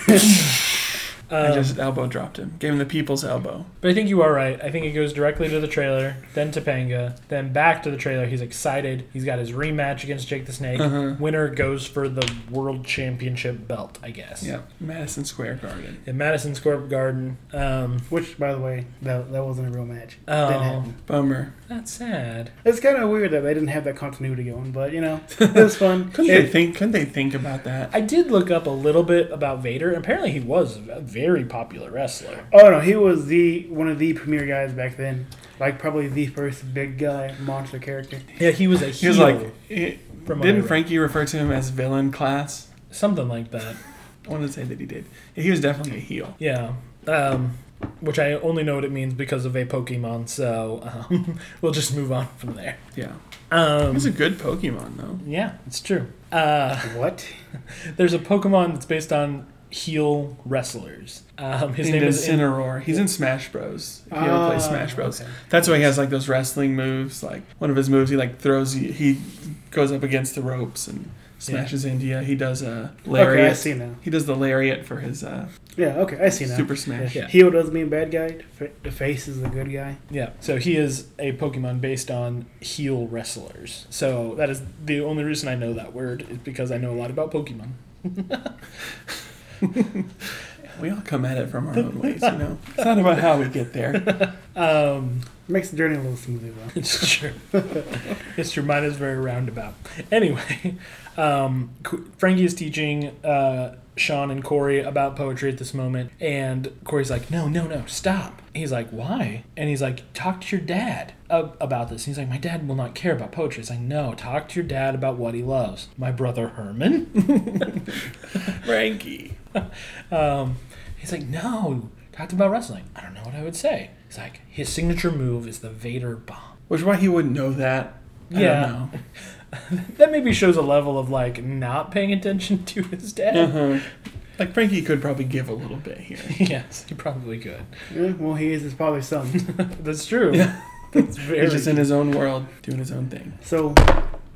Um,
just elbow dropped him. Gave him the people's elbow.
But I think you are right. I think it goes directly to the trailer, then Topanga, then back to the trailer. He's excited. He's got his rematch against Jake the Snake.
Uh-huh.
Winner goes for the world championship belt, I guess.
Yeah. Madison Square Garden.
In Madison Square Garden. Um,
Which, by the way, that, that wasn't a real match. Didn't
oh,
happen.
Bummer.
that's sad.
It's kind of weird that they didn't have that continuity going, but
(laughs)
you know, it was fun.
Couldn't
It-
they think couldn't they think about that?
I did look up a little bit about Vader. Apparently, he was a very popular wrestler.
Oh no, he was the one of the premier guys back then. Like probably the first big guy monster character.
Yeah, he was a
He
heel.
was like it,
from
didn't
Ira.
Frankie refer to him as villain class?
something like that.
I want to say that he did. He was definitely a heel.
Yeah. Um, which I only know what it means because of a Pokemon, so um, (laughs) we'll just move on from there.
Yeah. He
Um,
was a good Pokemon though.
yeah, it's true. Uh,
What?
there's a Pokemon that's based on heel wrestlers. Um, his
Named
name is In-
Incineroar. He's in Smash Bros. If you ever
Ah,
play Smash Bros.
okay.
That's why he has like those wrestling moves. Like one of his moves, he like throws. you- He goes up against the ropes and smashes India. He does a lariat.
Okay, I see now.
He does the lariat for his uh,
Yeah, okay, I see now.
Super Smash. (laughs)
Yeah.
Heel doesn't mean bad guy. Fa- The face is a good guy.
yeah, so he is a Pokemon based on heel wrestlers. So that is the only reason I know that word is because I know a lot about Pokemon.
We all come at it from our own ways, you know. It's not about how we get there.
(laughs) Um,
Makes the journey a little smoother though.
It's true. it's true. Mine is very roundabout. Anyway, um, Qu- Frankie is teaching uh, Sean and Corey about poetry at this moment, and Corey's like, "No, no, no, stop." He's like, "Why?" And he's like, "Talk to your dad ab- about this." And he's like, "My dad will not care about poetry." It's like, "No, talk to your dad about what he loves." My brother Herman. (laughs)
Frankie.
Um, he's like, "No, talked about wrestling." I don't know what I would say. He's like, "His signature move is the Vader bomb."
Which why he wouldn't know that. I
Yeah.
don't know.
That maybe shows a level of like not paying attention to his dad.
Uh-huh. Like Frankie could probably give a little bit here.
(laughs) yes, he probably could.
Yeah, well, he is his father's son.
That's true.
Yeah.
(laughs) That's very.
He's just
(laughs)
in his own world, doing his own thing.
so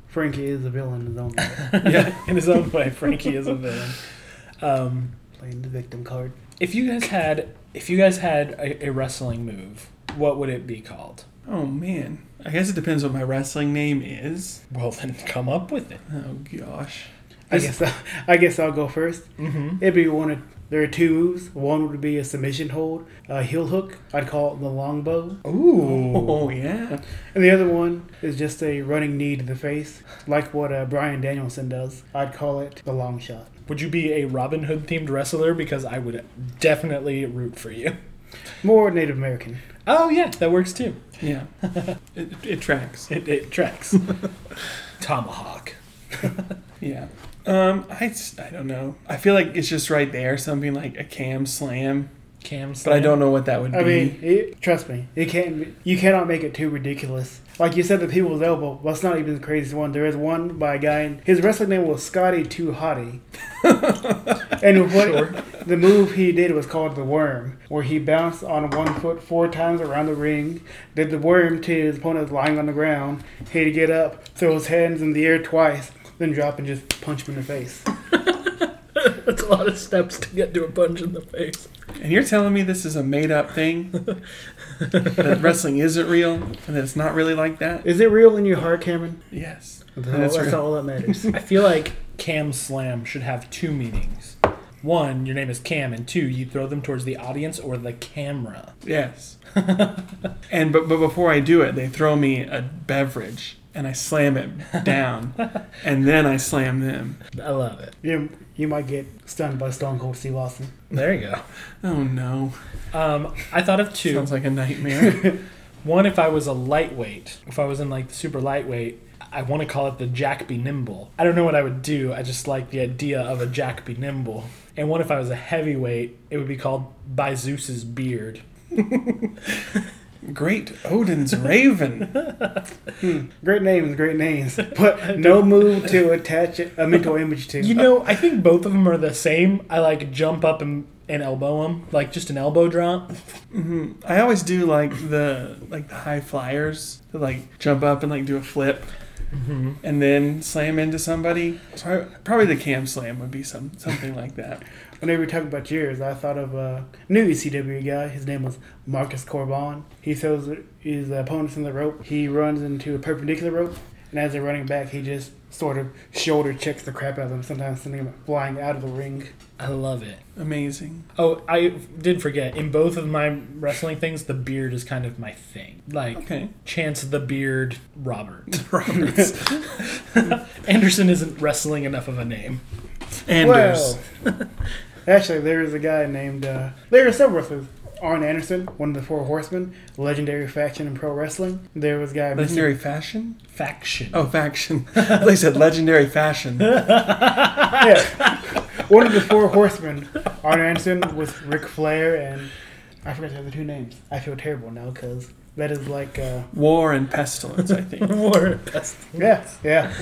Frankie is a villain in his own way,
yeah, in his own way, Frankie is a villain. Um,
playing the victim card.
if you guys had, if you guys had a, a wrestling move, what would it be called?
Oh man. I guess it depends what my wrestling name is.
Well, then come up with it.
Oh gosh.
I guess I, I guess I'll go first.
Mm-hmm.
It'd be one of there are two moves. One would be a submission hold, a heel hook. I'd call it the longbow,
Ooh.
Oh yeah.
and the other one is just a running knee to the face, like what uh, Brian Danielson does. I'd call it the long shot.
(laughs) Would you be a Robin Hood themed wrestler? Because I would definitely root for you.
More Native American.
Oh yeah, that works too.
(laughs)
Yeah. It, it tracks.
It, it (laughs) tracks. Tomahawk.
Yeah. Um, I, s- I don't know. I feel like it's just right there, something like a cam slam,
Cam.
but I don't know what that would be.
I mean, it, trust me, it can't. Be, you cannot make it too ridiculous. Like you said, the people's elbow. That's not even the craziest one. There is one by a guy. And his wrestling name was Scotty Too (laughs) Hottie. and what the move he did was called the worm, where he bounced on one foot four times around the ring, did the worm to his opponent lying on the ground. He had to get up, throw his hands in the air twice, then drop and just punch him in the face.
That's a lot of steps to get to a punch in the face.
and you're telling me this is a made up
(laughs)
thing? that wrestling isn't real and that it's not really like that?
Is it real in your heart, Cameron?
Yes.
That's,
real.
all that matters.
I feel like Cam Slam should have two meanings. One, your name is Cam, and two, you throw them towards the audience or the camera.
(laughs)
Yes. and but, but before I do it, they throw me a beverage and I slam it
(laughs)
down and then I slam them.
I love it.
you, you might get stunned by Stone Cold Steve Austin.
There you
Oh no.
go. Um, I thought of two.
Sounds like a
(laughs)
nightmare.
One, if I was a lightweight, if I was in like the super lightweight, I want to call it the Jack Be Nimble. I don't know what I would do. I just like the idea of a Jack Be Nimble. And one, if I was a heavyweight, it would be called By Zeus's Beard.
Great Odin's Raven.
Great names, great names,
(laughs)
but no move to attach a mental image to.
You know, I think both of them are the same. I like jump up and, and elbow him, like just an elbow drop.
I always do like the like the high flyers that like jump up and like do a flip
Mm-hmm.
and then slam into somebody. So I- Probably the cam slam would be some something like that.
Whenever you talk about yours, I thought of a new ECW guy. His name was Marcus Corban. He throws his opponents in the rope. He runs into a perpendicular rope, and as they're running back, he just sort of shoulder checks the crap out of them, sometimes sending them flying out of the ring.
I love it.
Amazing.
Oh, I did forget. In both of my wrestling things, the beard is kind of my thing. Like
Okay.
Chance the Beard Robert.
(laughs) Roberts.
(laughs) Anderson isn't wrestling enough of a name.
Anders.
Well, (laughs) actually, there is a guy named. Uh, there are several wrestlers. Arn Anderson, one of the Four Horsemen, legendary faction in pro wrestling. There was a guy.
Legendary fashion?
Faction.
Oh, faction. (laughs) they said legendary fashion.
(laughs) (laughs) yeah. One of the four horsemen, Arn Anderson with Ric Flair and I forgot the other two names. I feel terrible now because that is like uh,
War and pestilence, I think.
(laughs) War best.
yeah, yeah.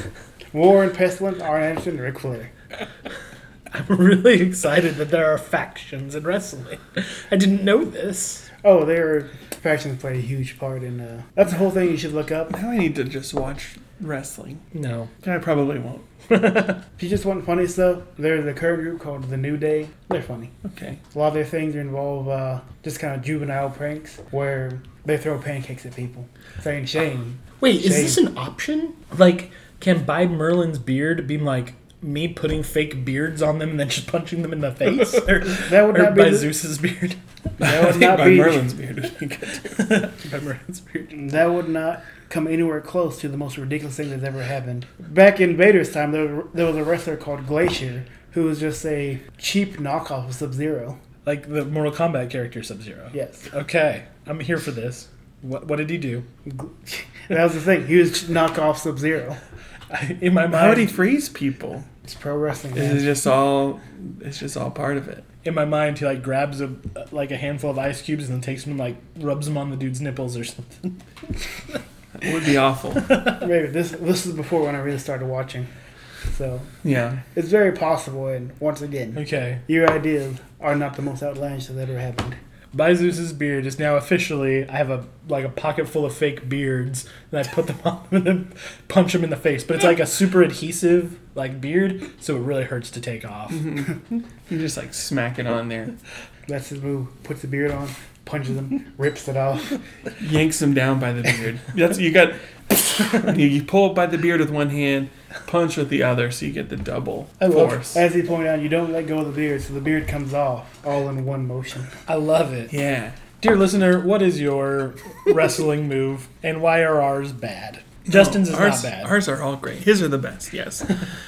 War and Pestilence, Arn Anderson, Ric Flair.
I'm really excited that there are factions in wrestling. I didn't know this.
Oh, their factions played a huge part in. Uh, that's the whole thing you should look up.
now I need to just watch wrestling.
No.
I probably won't.
If you just want funny stuff, there's a current group called The New Day. They're funny.
Okay.
A lot of their things involve uh, just kind of juvenile pranks where they throw pancakes at people, saying shame.
Wait, is
Shame.
this an option? Like, can buy Merlin's beard be like, me putting fake beards on them and then just punching them in the
(laughs)
face? or
That would
or
not be
by
the-
Zeus's
(laughs)
beard?
(laughs)
That
I
would
think
not
by
be.
Merlin's beard. would be good.
by Merlin's beard.
That would not come anywhere close to the most ridiculous thing that's ever happened. Back in Vader's time, there was, there was a wrestler called Glacier who was just a cheap knockoff of Sub Zero.
Like the Mortal Kombat character Sub Zero.
Yes,
Okay, I'm here for this. What, what did he do?
Gl- (laughs) that was the thing. He was knockoff Sub Zero.
I,
(laughs)
in my
How would he
mind,
freeze people?
It's pro wrestling. man.
It's just all. It's just all part of it.
in my mind, he like grabs a like a handful of ice cubes and then takes them and like rubs them on the dude's nipples or something. (laughs)
It would be awful.
Maybe this this is before when I really started watching, so
(laughs) Yeah.
it's very possible. And once again,
Okay,
your ideas are not the most outlandish that ever happened.
by Zeus's beard is now officially. I have a like a pocket full of fake beards and I put them (laughs) on and then punch him in the face. But it's like a super adhesive like beard, so it really hurts to take off.
You just like smack it on there,
That's his move. Puts the beard on,
(laughs)
punches him, rips it off.
(laughs) yanks him down by the beard. (laughs) That's you got. you, you pull by the beard with one hand, punch with the other, so you get the double
I love-
force.
As he pointed out, you don't let go of the beard, so the beard comes off all in one motion.
I love it.
Yeah.
Dear listener, what is your wrestling move and why are ours bad? Justin's is
ours,
not bad.
Ours are all great. His are the best. (laughs) Yes.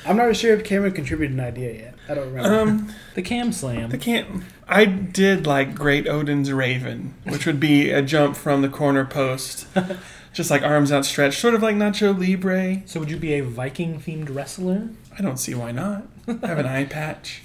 I'm not sure if Cameron contributed an idea yet. I don't remember.
Um,
the cam slam.
I can't. I did like Great Odin's Raven, which would be a jump from the corner (laughs) post, just like arms outstretched, sort of like Nacho Libre.
so would you be a Viking themed wrestler?
I don't see why not. I have an eye patch.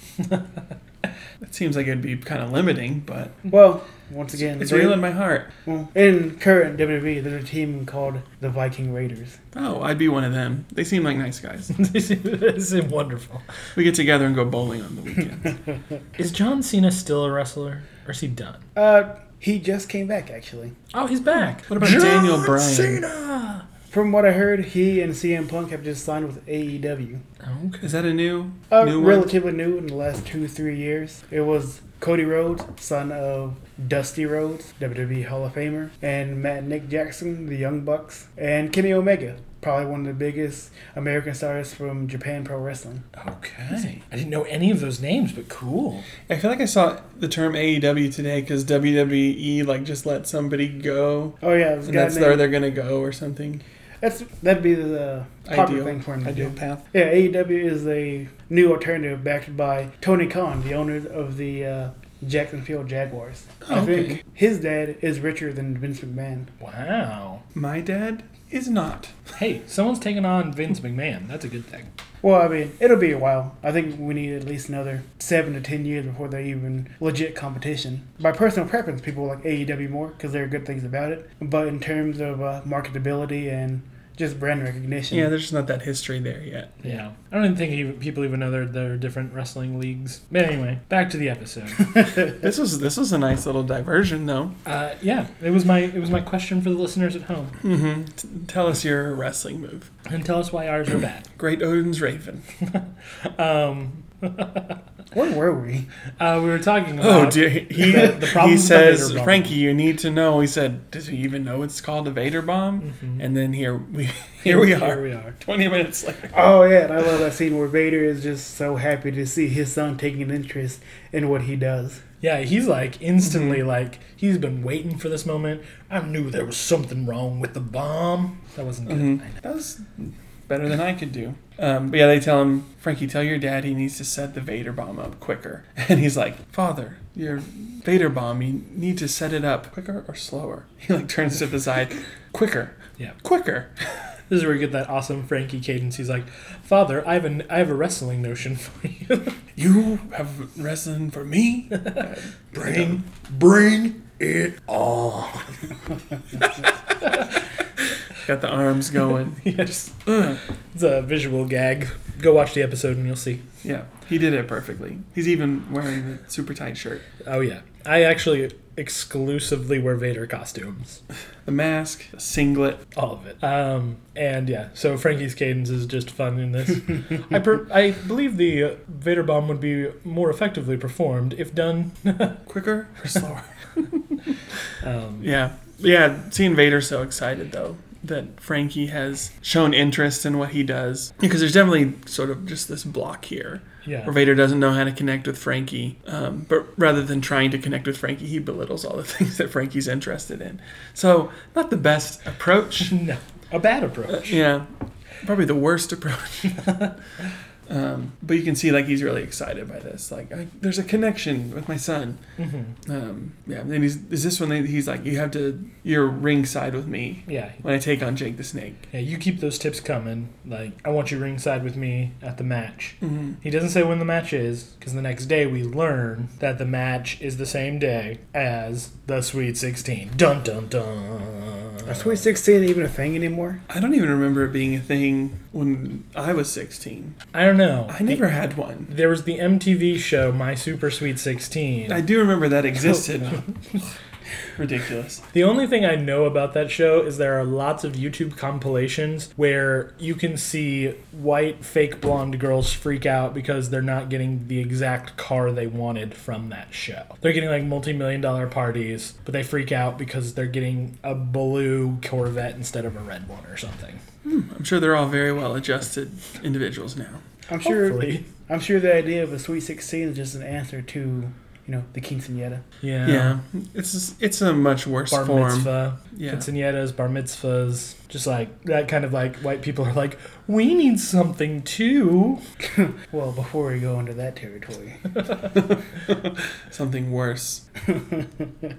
It seems like it'd be kind of limiting, but
well, once again,
it's
they-
real in my heart.
well, in current WWE, there's a team called the Viking Raiders.
Oh, I'd be one of them. They seem like nice guys.
(laughs) this is wonderful.
We get together and go bowling on the
(laughs)
weekend.
Is John Cena still a wrestler? Or is he done?
Uh, he just came back actually.
Oh, he's back.
What about Daniel Bryan?
Cena!
From what I heard, he and CM Punk have just signed with E AEW.
Okay.
Is that a new
Uh,
new one?
relatively new in the last two three years. It was Cody Rhodes, son of Dusty Rhodes, WWE Hall of Famer, and Matt Nick Jackson, the Young Bucks, and Kenny Omega, probably one of the biggest American stars from Japan Pro Wrestling.
Okay.
I didn't know any of those names, but cool.
I feel like I saw the term AEW today because WWE E, like just let somebody go,
Oh yeah, this
and
guy
that's where
named,
they're gonna go or something.
that's that'd be the popular
Ideal
thing for him to
ideal
do.
path.
Yeah, AEW is a new alternative backed by Tony Khan, the owner of the uh, Jacksonville Jaguars. I
Okay.
think his dad is richer than Vince McMahon.
Wow.
My dad is not.
Hey, someone's taking on Vince McMahon. That's a good thing.
Well, I mean, it'll be a while. I think we need at least another seven to ten years before they're even legit competition. By personal preference, people like AEW more because there are good things about it. But in terms of uh, marketability and just brand recognition,
Yeah, there's just not that history there yet.
Yeah. I don't even think even, people even know there, there are different wrestling leagues. But anyway, back to
(laughs)
the episode.
This was this was a nice little diversion though.
Uh, yeah, it was my it was my question for the listeners at home,
hmm tell us your wrestling move.
and tell us why ours are bad.
Great Odin's
(laughs)
Raven.
Um,
where were we?
uh, we were talking about.
Oh dear, (laughs) he
The- the
he
problem's the Vader
says,
problem.
Frankie, you need to know. He said, does he even know it's called a Vader bomb? And then here
(laughs)
we (laughs) here we
Mm-hmm. Here
are,
we are.
twenty minutes later.
(laughs) Oh yeah, and I love that scene where Vader is just so happy to see his son taking an interest in what he does.
Yeah, he's like
Mm-hmm.
instantly like he's been waiting for this moment. I knew there was something wrong with the bomb. That wasn't good.
Mhm. That was better than I could do. Um, but yeah, they tell him, Frankie, tell your dad he needs to set the Vader bomb up quicker. (laughs) And he's like, Father, your Vader bomb, you need to set it up quicker or slower. (laughs) He like turns to the side, quicker,
Yeah,
quicker.
this is where we get that awesome Frankie cadence. He's like, "Father, I have an I have a wrestling notion (laughs) for you.
You have wrestling for me. uh,
bring, bring it (laughs) on."
Got the arms (laughs) going.
yes, it's a visual gag. Go watch the episode and you'll see.
Yeah, he did it perfectly. He's even wearing the super tight shirt,
Oh yeah, I actually exclusively wear Vader costumes,
the mask, the singlet.
all of it. Um, and yeah, so Frankie's cadence is just fun in (laughs) this. I per- I believe the uh, Vader bomb would be more effectively performed if done.
Quicker (laughs) or slower?
Um,
yeah. Yeah, seeing Vader so excited though that Frankie has shown interest in what he does. Because there's definitely sort of just this block here
Yeah.
where Vader doesn't know how to connect with Frankie. Um, but rather than trying to connect with Frankie, he belittles all the (laughs) things that Frankie's interested in. So, not the best approach.
No. A bad approach.
yeah, probably the worst approach. (laughs) um, but you can see like he's really excited by this. Like, I, there's a connection with my son.
hmm
Um, yeah, and then he's, is this when they, he's like, you have to, you're ringside with me
Yeah.
when I take on Jake the Snake.
Yeah, you keep those tips coming. Like, I want you ringside with me at the match.
Mm-hmm.
He doesn't say when the match is, because the next day we learn that the match is the same day as the Sweet 16. Dun dun dun.
Is Sweet 16 even a thing anymore?
I don't even remember it being a thing when I was 16.
I don't know.
I never had one.
There was the MTV show My Super Sweet 16.
I do remember that existed. (laughs) Ridiculous.
The only thing I know about that show is there are lots of YouTube compilations where you can see white fake blonde girls freak out because they're not getting the exact car they wanted from that show. They're getting like multi million dollar parties, but they freak out because they're getting a blue Corvette instead of a red one or something.
I'm sure they're all very well adjusted individuals now.
I'm sure.
Hopefully.
I'm sure the idea of a Sweet 16 is just an answer to, you know, the quinceanera.
Yeah.
Yeah, it's it's a much worse
Bar
form.
mitzvah,
Yeah.
quinceañeras, bar mitzvahs, just like that kind of like white people are like, we need something too.
Well, before we go into that territory,
something (laughs) worse.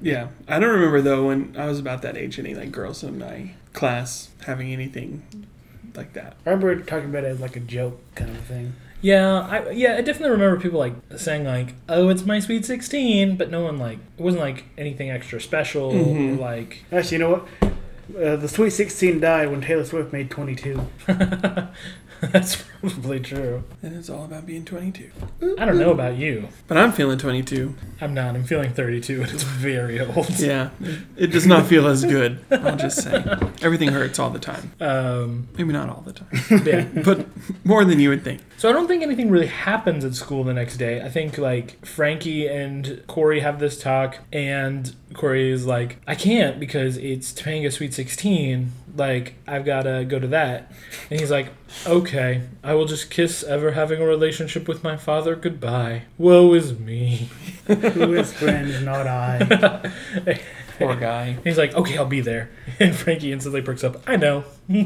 yeah, I don't remember though when I was about that age any like girls in my class having anything like that.
I remember talking about it as like a joke kind of a thing.
Yeah, I yeah, I definitely remember people like saying like, "Oh, it's my sweet 16," but no one like it wasn't like anything extra special
Mhm.
or like (laughs)
Actually, you know what? Uh, the Sweet 16 died when Taylor Swift made (laughs) 22.
that's probably true.
And it's all about being 22.
I don't know about you.
But I'm feeling 22.
I'm not. I'm feeling 32 and it's very old.
Yeah, it does not feel as good. I'll just say everything hurts all the time.
Um
Maybe not all the time, (laughs)
yeah.
but more than you would think.
So I don't think anything really happens at school the next day. I think like Frankie and Corey have this talk, and Corey is like, "I can't because it's Topanga Sweet 16. Like I've gotta go to that." And he's like, "Okay, I will just kiss ever having a relationship with my father goodbye. Woe is me."
Who is friends, not I.
Poor guy.
And he's like, "Okay, I'll be there." (laughs) And Frankie instantly perks up. I know.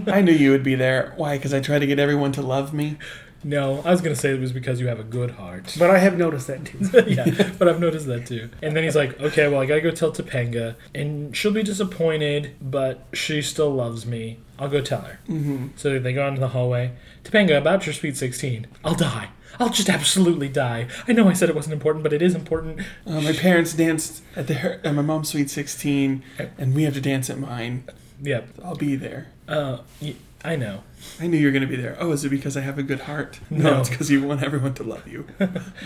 I knew you would be there. Why? Because I try to get everyone to love me.
No, I was gonna say it was because you have a good heart.
But I have noticed that too.
(laughs) yeah, but I've noticed that too. And then he's like, okay, well, I gotta go tell Topanga, and she'll be disappointed, but she still loves me. I'll go tell her.
Mm-hmm.
So they go into the hallway. Topanga, about your sweet 16. I'll die. I'll just absolutely die. I know I said it wasn't important, but it is important.
Uh, my parents danced at their at my mom's sweet 16, and we have to dance at mine.
Yep.
I'll be there.
Uh, y- I know.
I knew you were going to be there. Oh, is it because I have a good heart?
No.
it's because you want everyone to love you.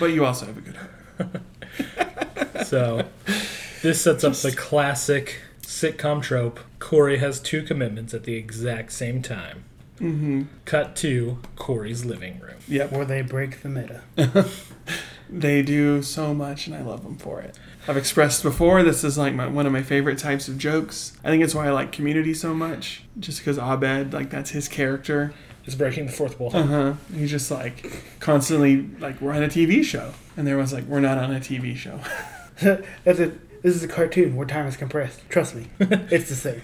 but you also have a good heart. (laughs)
So this sets up the classic sitcom trope. Corey has two commitments at the exact same time.
Mm-hmm.
Cut to Corey's living room.
Yep.
Where they break the meta.
They do so much, and I love them for it. I've expressed before this is like my, one of my favorite types of jokes. I think it's why I like Community so much, just because Abed, like that's his character.
It's breaking the fourth wall.
Uh huh. He's just like constantly like we're on a TV show, and there was like we're not on a TV show. (laughs)
That's it. This is a cartoon where time is compressed. Trust me, it's the same.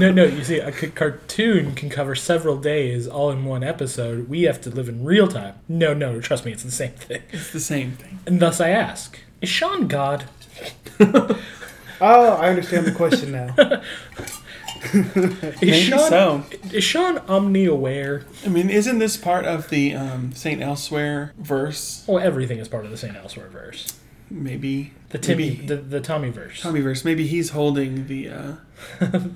no, no. You see, a c- cartoon can cover several days all in one episode. We have to live in real time. No, no. Trust me, it's the same thing.
It's the same thing.
And thus I ask: Is Sean God?
Oh, I understand the question (laughs) now.
Is
Maybe
Sean?
so.
Is Sean omni-aware?
I mean, isn't this part of the um, Saint Elsewhere verse?
Well, everything is part of the Saint Elsewhere verse.
Maybe
The Timmy,
Maybe.
the, the Tommy verse.
Tommy verse. Maybe he's holding the
(laughs)
uh,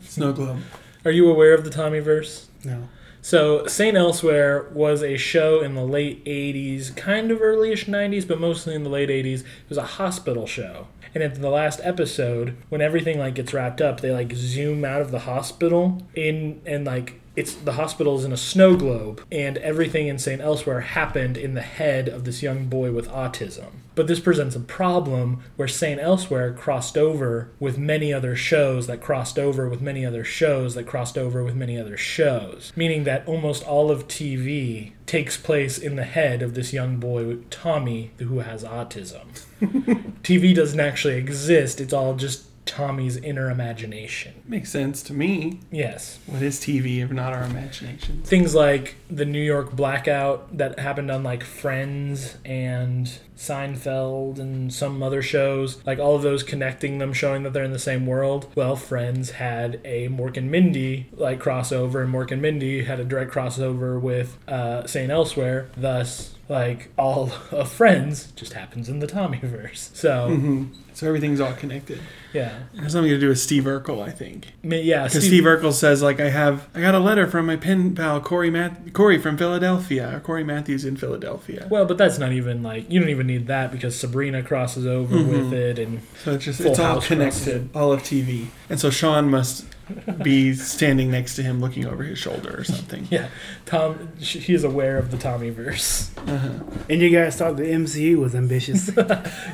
snow globe.
Are you aware of the Tommy verse?
No.
So, St. Elsewhere was a show in the late 80s, kind of early ish 90s, but mostly in the late 80s. It was a hospital show. And in the last episode, when everything like gets wrapped up, they like zoom out of the hospital in and like it's the hospital is in a snow globe, and everything in St. Elsewhere happened in the head of this young boy with autism. But this presents a problem where St. Elsewhere crossed over with many other shows that crossed over with many other shows that crossed over with many other shows, meaning that almost all of TV takes place in the head of this young boy, Tommy, who has autism. TV doesn't actually exist, it's all just Tommy's inner imagination.
Makes sense to me.
Yes.
What is TV if not our imaginations?
things like the New York blackout that happened on like Friends and Seinfeld and some other shows, like all of those connecting them, showing that they're in the same world. Well, Friends had a Mork and Mindy like crossover, and Mork and Mindy had a direct crossover with uh, St. Elsewhere. Thus, like all (laughs) of Friends just happens in the Tommyverse. So
So everything's all connected.
yeah,
It has something to do with Steve Urkel, I think.
I mean, yeah.
Because Steve, Urkel says, like, I have, I got a letter from my pen pal Corey Math- Corey from Philadelphia, or Corey Matthews in Philadelphia.
Well, but that's not even like you don't even need that because Sabrina crosses over with it, and
So it's just
Full
it's all
House crosses
connected, all of TV. And so Sean must
(laughs)
be standing next to him, looking over his shoulder or something.
yeah, Tom sh- he is aware of the Tommyverse. (laughs)
And you guys thought the MCU was ambitious.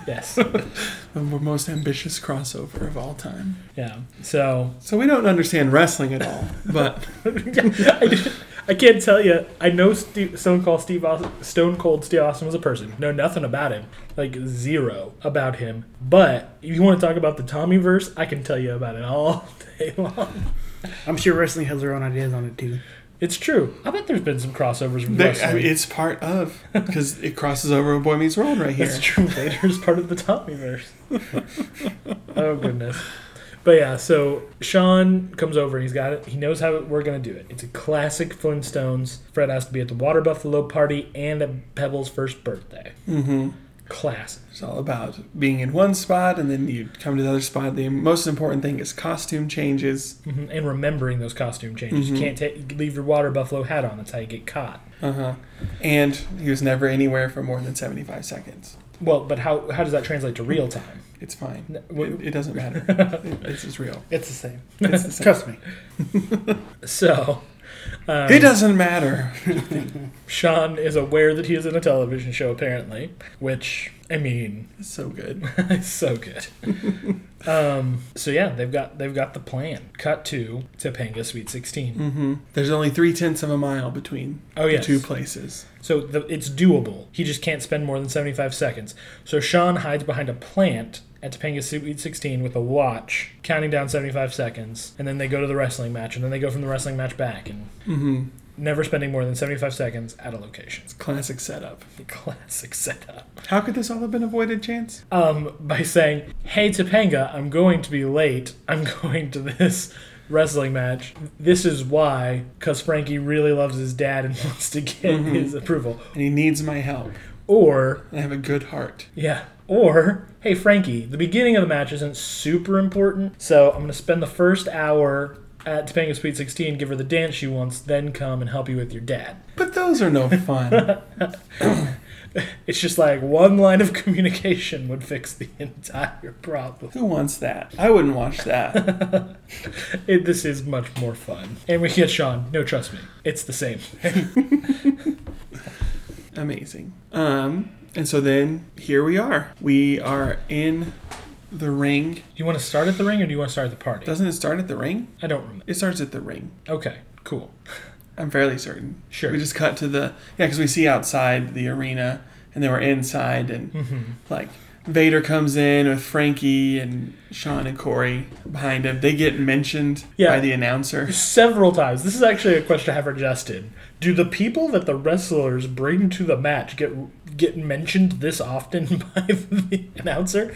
Yes.
The most ambitious crossover of all time.
Yeah. So (laughs)
So we don't understand wrestling at all, but
I, did- I can't tell you. I know Steve, Stone Cold Steve Austin, Stone Cold Steve Austin was a person. Know nothing about him, like zero about him. But if you want to talk about the Tommyverse, I can tell you about it all (laughs) day long.
I'm sure wrestling has their own ideas on it too.
It's true. I bet there's been some crossovers with
they-
wrestling.
I mean, it's part of because it crosses over with Boy Meets World right here.
That's true. Vader is part of the Tommyverse. (laughs) oh goodness. But yeah, so Sean comes over. He's got it. He knows how we're gonna do it. It's a classic Flintstones. Fred has to be at the Water Buffalo party and at Pebble's first birthday. Mm-hmm. Classic.
It's all about being in one spot and then you come to the other spot. The most important thing is costume changes.
hmm And remembering those costume changes. You can't ta- leave your Water Buffalo hat on. That's how you get caught.
Uh huh.
Uh-huh.
And he was never anywhere for more than 75 seconds.
Well, but how how does that translate to real time?
It's fine.
No, wh-
it, it doesn't
(laughs)
matter. It- This is real.
It's the same.
It's the same.
Trust me.
So. (laughs) Um,
It doesn't matter.
Sean is aware that he is in a television show, apparently, which, I mean,
It's so good.
it's (laughs) so good. um, so yeah, they've got they've got the plan. Cut to Topanga Sweet 16
hmm There's only three tenths of a mile between
Oh
the
yes.
two places.
so the, it's doable. He just can't spend more than seventy five seconds. So Sean hides behind a plant at Topanga Sweet 16 with a watch, counting down seventy five seconds, and then they go to the wrestling match, and then they go from the wrestling match back, and
hmm
Mm-hmm. never spending more than seventy five seconds at a location. (laughs)
It's classic setup.
Classic setup.
How could this all have been avoided, Chance?
um, by saying, "Hey Topanga, I'm going to be late. I'm (laughs) going to this wrestling match. This is why, because Frankie really loves his dad and (laughs) wants to get his approval."
And he needs my help.
Or,
And I have a good heart.
yeah, or, "Hey Frankie, the beginning of the match isn't super important, so I'm going to spend the first hour." At Topanga Sweet 16, give her the dance she wants, then come and help you with your dad.
But those are
(laughs)
no fun.
It's just like one line of (laughs) communication would fix the (laughs) entire problem.
Who wants that? I wouldn't watch
(laughs)
that.
It, this is much more fun. And we get Sean. No, trust me. It's the same.
Amazing. Um, and so then here we are. We are in the ring.
Do you want to start at the ring or do you want to start at the party?
Doesn't it start at the ring?
I don't remember.
It starts at the ring.
Okay, cool.
I'm fairly certain.
Sure.
We just cut to the yeah, because we see outside the arena, and then we're inside, and
Mm-hmm.
like Vader comes in with Frankie and Sean and Corey behind him. They get mentioned
Yeah.
by the announcer.
Several times. This is actually a question I have for Justin. Do the people that the wrestlers bring to the match get get mentioned this often (laughs) by the announcer?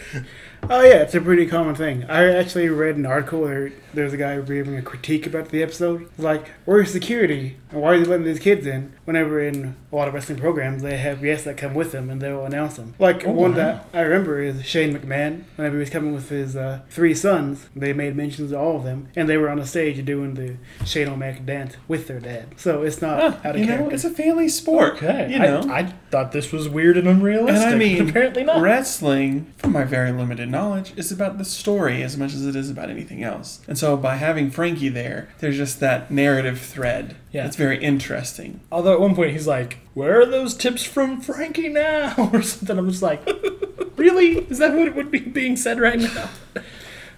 Oh yeah, it's a pretty common thing. I actually read an article where there's a guy giving a critique about the episode. Like, where's security? And why are they letting these kids in? Whenever in a lot of wrestling programs, they have guests that come with them and they'll announce them. Like
Oh,
one that I remember is Shane McMahon. Whenever he was coming with his uh, three sons, they made mentions of all of them, and they were on the stage doing the Shane O'Mac dance with their dad. So it's not
Huh,
out of
you know,
character.
it's a family sport.
Okay.
You know,
I, I thought this was was weird and unrealistic.
And I mean,
apparently not.
Wrestling, from my very limited knowledge, is about the story as much as it is about anything else. And so by having Frankie there, there's just that narrative thread.
Yeah.
It's very interesting.
Although at one point he's like, "Where are those tips from Frankie now?" (laughs) or something. I'm just like, (laughs) "Really? Is that what would be being said right now?"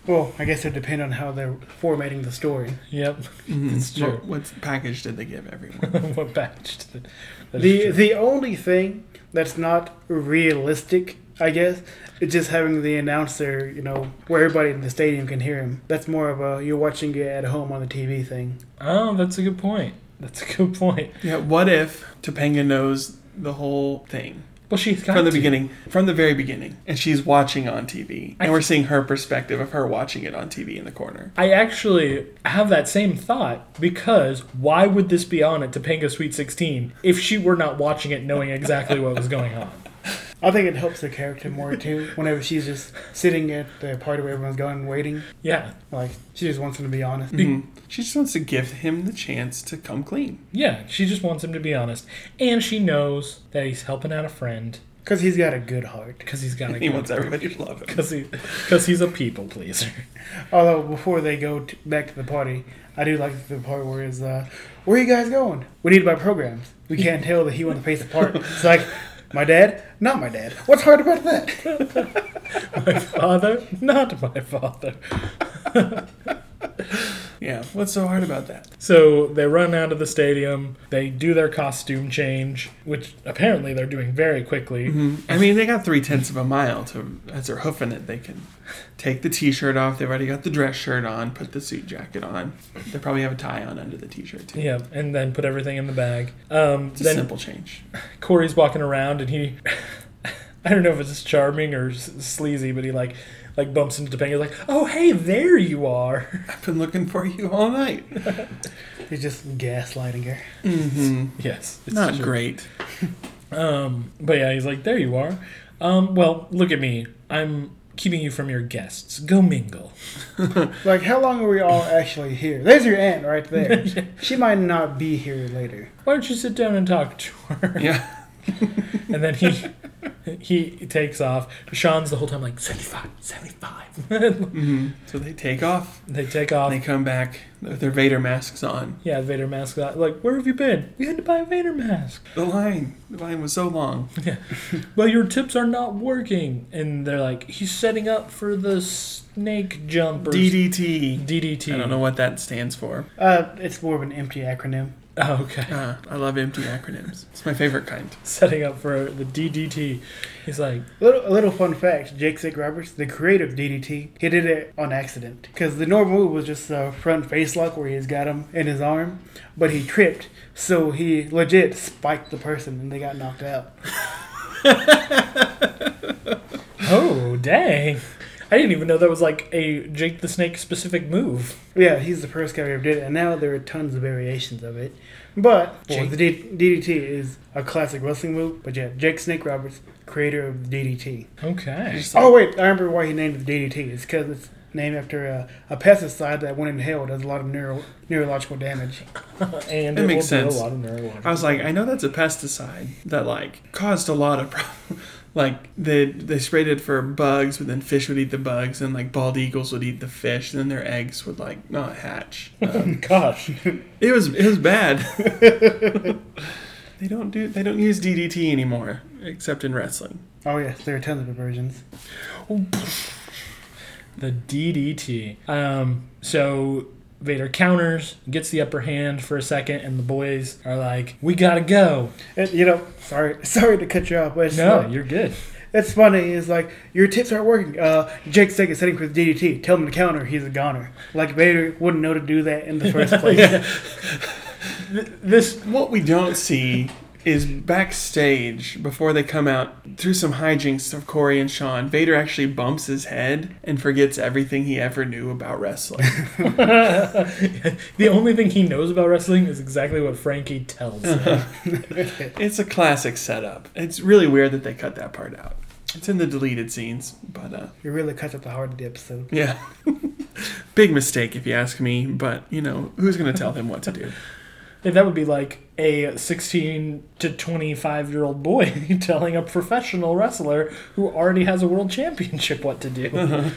Well, I guess it depends on how they're formatting the story.
Yep.
It's
true.
What, what package did they give everyone? (laughs)
(laughs) what batch? did- that is
The
true.
the only thing that's not realistic, I guess, is just having the announcer, you know, where everybody in the stadium can hear him. That's more of a you're watching it at home on the TV thing.
oh, that's a good point. That's a good point.
yeah, what if Topanga knows the whole thing?
Well, she's got
From the
to.
beginning, from the very beginning, and she's watching on TV,
I
and we're seeing her perspective of her watching it on TV in the corner.
I actually have that same thought because why would this be on at Topanga Sweet 16 if she were not watching it knowing exactly what was going on?
I think it helps the character
(laughs)
more too. Whenever she's just sitting at the party where everyone's gone waiting,
Yeah.
like she just wants him to be honest.
Mm-hmm.
Mhm. She just wants to give him the chance to come clean.
Yeah, she just wants him to be honest. And she knows that he's helping out a friend
Cause he's got a good heart.
because he's got a
(laughs) He wants everybody to love him.
(laughs) Because he, 'cause he's a people pleaser. (laughs)
Although before they go t- back to the party, I do like the part where it's, uh, where you guys going? We need to buy programs. We can't tell that he wants to pace the part. It's like, my dad? Not my dad. What's hard about that?
My father? Not my father.
Yeah, what's so hard about that?
So they run out of the stadium. They do their costume change, which apparently they're doing very quickly.
I mean, they got three tenths of a mile to as they're hoofing it. They can take the t-shirt off. They've already got the dress shirt on. Put the suit jacket on. They probably have a tie on under the t-shirt too.
Yeah, and then put everything in the bag. Um,
It's a
then
simple change.
Corey's walking around, and he, (laughs) I don't know if it's charming or s- sleazy, but he like, like bumps into Topanga, like, "Oh hey, there you are." (laughs)
I've been looking for you all night.
He's just gaslighting her.
hmm
yes, it's
Not
true. (laughs)
great.
Um, but yeah, he's like, "There you are." Um, well, look at me. I'm keeping you from your guests. Go mingle.
Like, how long are we all actually here? There's your aunt right there.
Yeah.
She might not be here later.
Why don't you sit down and talk to her?
Yeah,
And then he he takes off. Sean's the whole time like 75, 75.
hmm so they take off.
they take off.
They come back with their Vader masks on.
yeah, Vader mask. that- Like, where have you been? We had to buy a Vader mask.
The line, the line was so long.
Well, your tips are not working. And they're like, he's setting up for the snake jump or
DDT.
DDT.
I don't know what that stands for.
Uh, it's more of an empty acronym.
Oh, okay. (laughs)
Uh, I love empty acronyms. It's my favorite kind.
Setting up for the DDT. He's like,
Little, a little fun fact: Jake Sick Roberts, the creator of DDT, he did it on accident because the normal move was just a front face lock where he's got him in his arm, but he tripped, so he legit spiked the person and they got knocked out.
oh, dang. I didn't even know that was like a Jake the Snake specific move.
Yeah, he's the first guy who ever did it, and now there are tons of variations of it. But well,
Jake-
the D- DDT is a classic wrestling move. But yeah, Jake Snake Roberts, creator of DDT.
Okay.
Just
Oh wait, I remember why he named it DDT. It's because it's named after a, a pesticide that when inhaled does a lot of neuro, neurological damage.
And
That
it
makes
will do
sense. Um,
a lot of neurological
I was like, I know that's a pesticide that like caused a lot of (laughs) problems. Like they they sprayed it for bugs, but then fish would eat the bugs, and like bald eagles would eat the fish, and then their eggs would like not hatch. Um,
(laughs) Gosh.
it was it was bad. (laughs) they don't do they don't use DDT anymore, except in wrestling.
Oh yes, there are tons of versions.
The DDT. Um, so Vader counters, gets the upper hand for a second, and the boys are like, "We gotta go."
And, you know, sorry, (laughs) sorry to cut you off, but it's,
No,
like-
you're good.
it's funny. It's like your tips aren't working. Uh, Jake's taking setting for the DDT. Tell him to counter. He's a goner. Like Vader wouldn't know to do that
(laughs)
in the first place.
This (laughs)
What we don't see is backstage before they come out through some hijinks of Corey and Sean. Vader actually bumps his head and forgets everything he ever knew about wrestling.
the only thing he knows about wrestling is exactly what Frankie tells him.
It's a classic setup. It's really weird that they cut that part out. It's in the deleted scenes, but uh,
You really cut up the heart of the episode.
yeah, (laughs) big mistake if you ask me. But you know, who's gonna tell them what to do?
that would be like a 16 to 25 year old boy (laughs) telling a professional wrestler who already has a world championship what to do.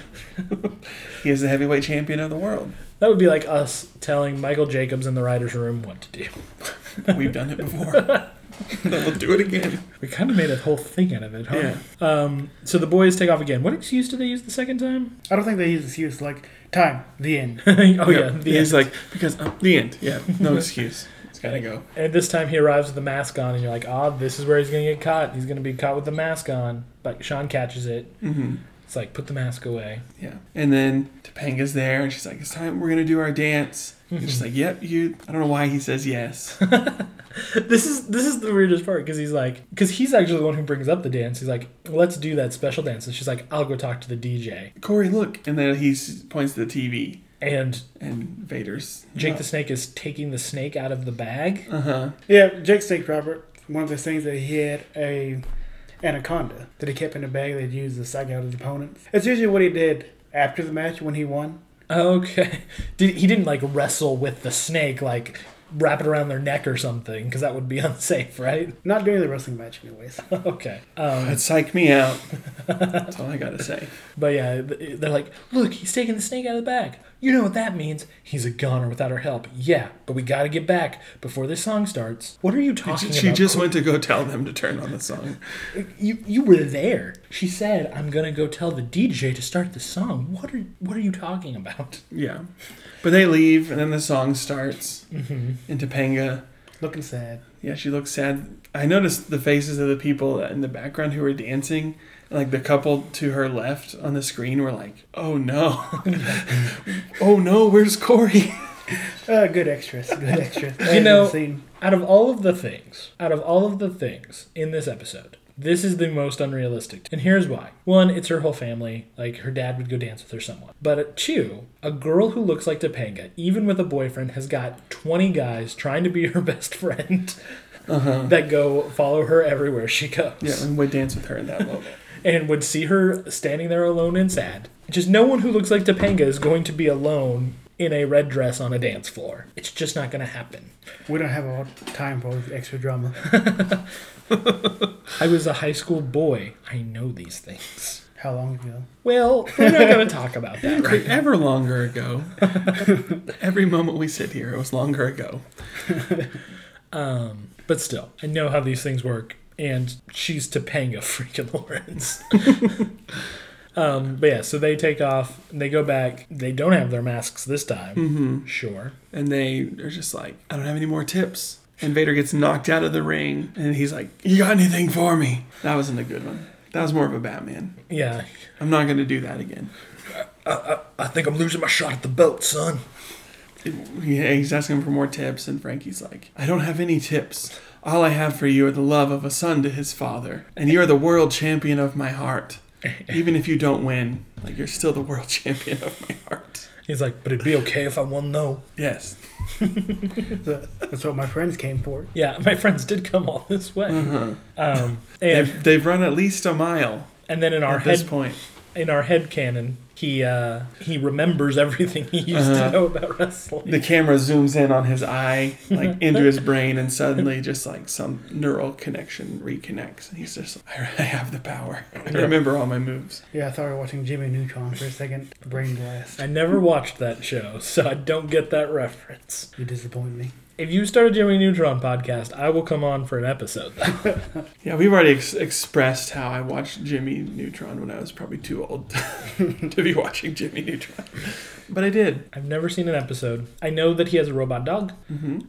He is the heavyweight champion of the world.
That would be like us telling Michael Jacobs in the writer's room what to do.
We've done it before. (laughs) we'll do it again.
We kind of made a whole thing out of it, huh?
Yeah.
Um, so the boys take off again. What excuse did they use the second time? (laughs)
I don't think they use this use like time, the end.
oh, yeah.
Yeah.
the
He's
end.
like, because uh, the end. Yeah.
(laughs)
No excuse. It's got to go.
And this time he arrives with the mask on, and you're like, ah, this is where he's going to get caught. He's going to be caught with the mask on. But Sean catches it.
Mm-hmm.
It's like, put the mask away. (laughs)
Yeah. And then Topanga's there, and she's like, it's time we're going to do our dance. And
Mm-hmm.
she's like, yep, you. I don't know why he says yes. (laughs)
This is this is the weirdest part because he's like, because he's actually the one who brings up the dance. He's like, let's do that special dance. And she's like, I'll go talk to the DJ.
Corey, look. And then he s- points to the TV,
And
and Vader's.
Jake the Snake is taking the snake out of the bag.
Uh huh.
Yeah, Jake Snake Robert. One of the things that he had a anaconda that he kept in the bag that he used to psych out his opponents. It's usually what he did after the match when he won.
Okay, (laughs) Did, he didn't like wrestle with the snake, like wrap it around their neck or something, because that would be (laughs) unsafe, right?
Not during the wrestling match, anyways. (laughs)
okay, um,
That Oh, psyched me out. That's all I got to (laughs) say.
But yeah, th- they're like, look, he's taking the snake out of the bag. You know what that means? He's a goner without her help. Yeah, but we gotta get back before this song starts. What are you talking
She
about?
just went to go tell them to turn on the song.
you you were there. She said, "I'm gonna go tell the DJ to start the song." What are what are you talking about?
Yeah. But they leave, and then the song starts. And Topanga,
Looking sad.
yeah, she looks sad. I noticed the faces of the people in the background who were dancing. Like the couple to her left on the screen were like, oh no. (laughs) oh no, where's Corey? (laughs)
Uh, good extras.
(laughs)
Good extras. That
You know-
is insane.
Out of all of the things, out of all of the things in this episode, this is the most unrealistic. And here's why. One, it's her whole family. Like, her dad would go dance with her someone. But uh, two, a girl who looks like Topanga, even with a boyfriend, has got 20 guys trying to be her (laughs) best friend that go follow her everywhere she goes
Yeah, and would dance with her in that moment.
and would see her standing there alone and sad. Just no one who looks like Topanga is going to be alone in a red dress on a dance floor. It's just not going to happen.
We don't have all time for all this extra drama.
I was a high school boy. I know these things.
How long ago?
Well, we're not
(laughs)
going to talk about that right
Like, ever longer ago. (laughs) Every moment we sit here, it was longer ago.
Um, but still, I know how these things work, and she's Topanga freaking (laughs)
(laughs)
Lawrence. um, but yeah, so they take off, and they go back. They don't have their masks this time.
Mm-hmm.
Sure.
and they are just like, I don't have any more tips. And Vader gets knocked out of the ring, and he's like, "You got anything for me?" That wasn't a good one. That was more of a Batman.
Yeah.
I'm not gonna do that again.
I think I'm losing my shot at the belt, son.
Yeah, he's asking for more tips, and Frankie's like, "I don't have any tips. All I have for you are the love of a son to his father, and you're the world champion of my heart. Even if you don't win, like you're still the world (laughs) champion of my heart."
He's like, but it'd be okay if I won, though.
Yes.
So, that's what my friends came for.
Yeah, my friends did come all this way.
Uh-huh.
Um, and
They've, they've run at least a mile
and then in our
at this
head
point.
in our head canon, he uh, he remembers (laughs) everything he used
Uh-huh.
to know about wrestling.
the camera zooms in on his eye,
(laughs)
like into his brain, and suddenly just like some neural connection reconnects. And he's just, I I have the power. I remember all my moves.
Yeah, I thought we were watching Jimmy Neutron for a second. Brain blast.
I never watched that show, so I don't get that reference.
You disappoint me.
If you start a Jimmy Neutron podcast, I will come on for an episode. (laughs)
Yeah, we've already ex- expressed how I watched Jimmy Neutron when I was probably too old (laughs) to be watching Jimmy Neutron. But I did.
I've never seen an episode. I know that he has a robot dog.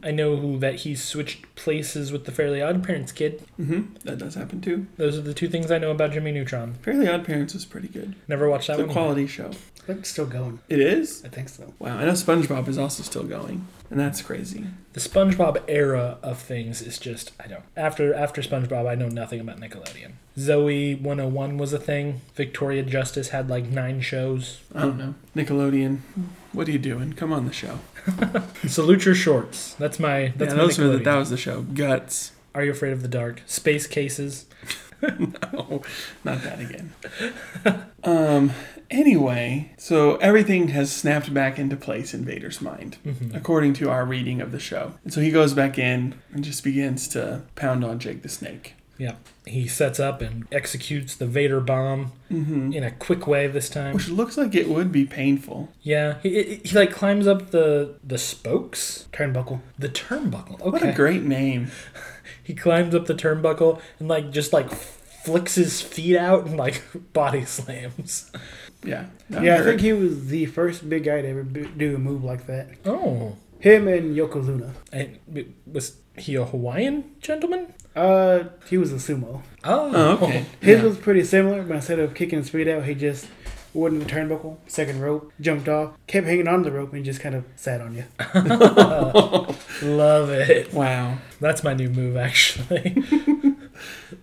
I know who, that he switched places with the Fairly Odd Parents kid.
hmm That does happen too.
Those are the two things I know about Jimmy Neutron.
Fairly Odd Parents was pretty good.
Never watched that
It's a
one. either.
quality show.
But it's still going.
It is?
I think so.
Wow, I know SpongeBob is also still going, and that's crazy.
The SpongeBob era of things is just I don't. After after SpongeBob, I know nothing about Nickelodeon. Zoe 101 was a thing. Victoria Justice had like nine shows.
I don't know. Nickelodeon, what are you doing? Come on the show.
Salute your shorts. That's my that's
yeah,
my
those were the,
Nickelodeon.
that was the show. (laughs) Guts.
Are you afraid of the dark? Space cases.
no, not that again. Um, Anyway, so everything has snapped back into place in Vader's mind,
Mm-hmm.
according to our reading of the show. And so he goes back in and just begins to pound on Jake the Snake.
Yeah. He sets up and executes the Vader bomb
Mm-hmm.
in a quick way this time.
Which looks like it would be painful.
Yeah. He, he, he like climbs up the the spokes,
Turnbuckle.
the turnbuckle.
What
Okay.
a great name.
he climbs up the turnbuckle and like just like flicks his feet out and like (laughs) body slams.
Yeah. that
yeah, I
hurt.
think he was the first big guy to ever b- do a move like that.
Oh.
Him and Yokozuna.
And it- was he a Hawaiian gentleman?
Uh, he was a sumo.
Oh.
Oh, okay.
His
Yeah.
was pretty similar, but instead of kicking his feet out, he just went in the turnbuckle, second rope, jumped off, kept hanging on the rope, and just kind of sat on you.
Uh, Love
(laughs)
it.
Wow.
That's my new move, actually.
(laughs)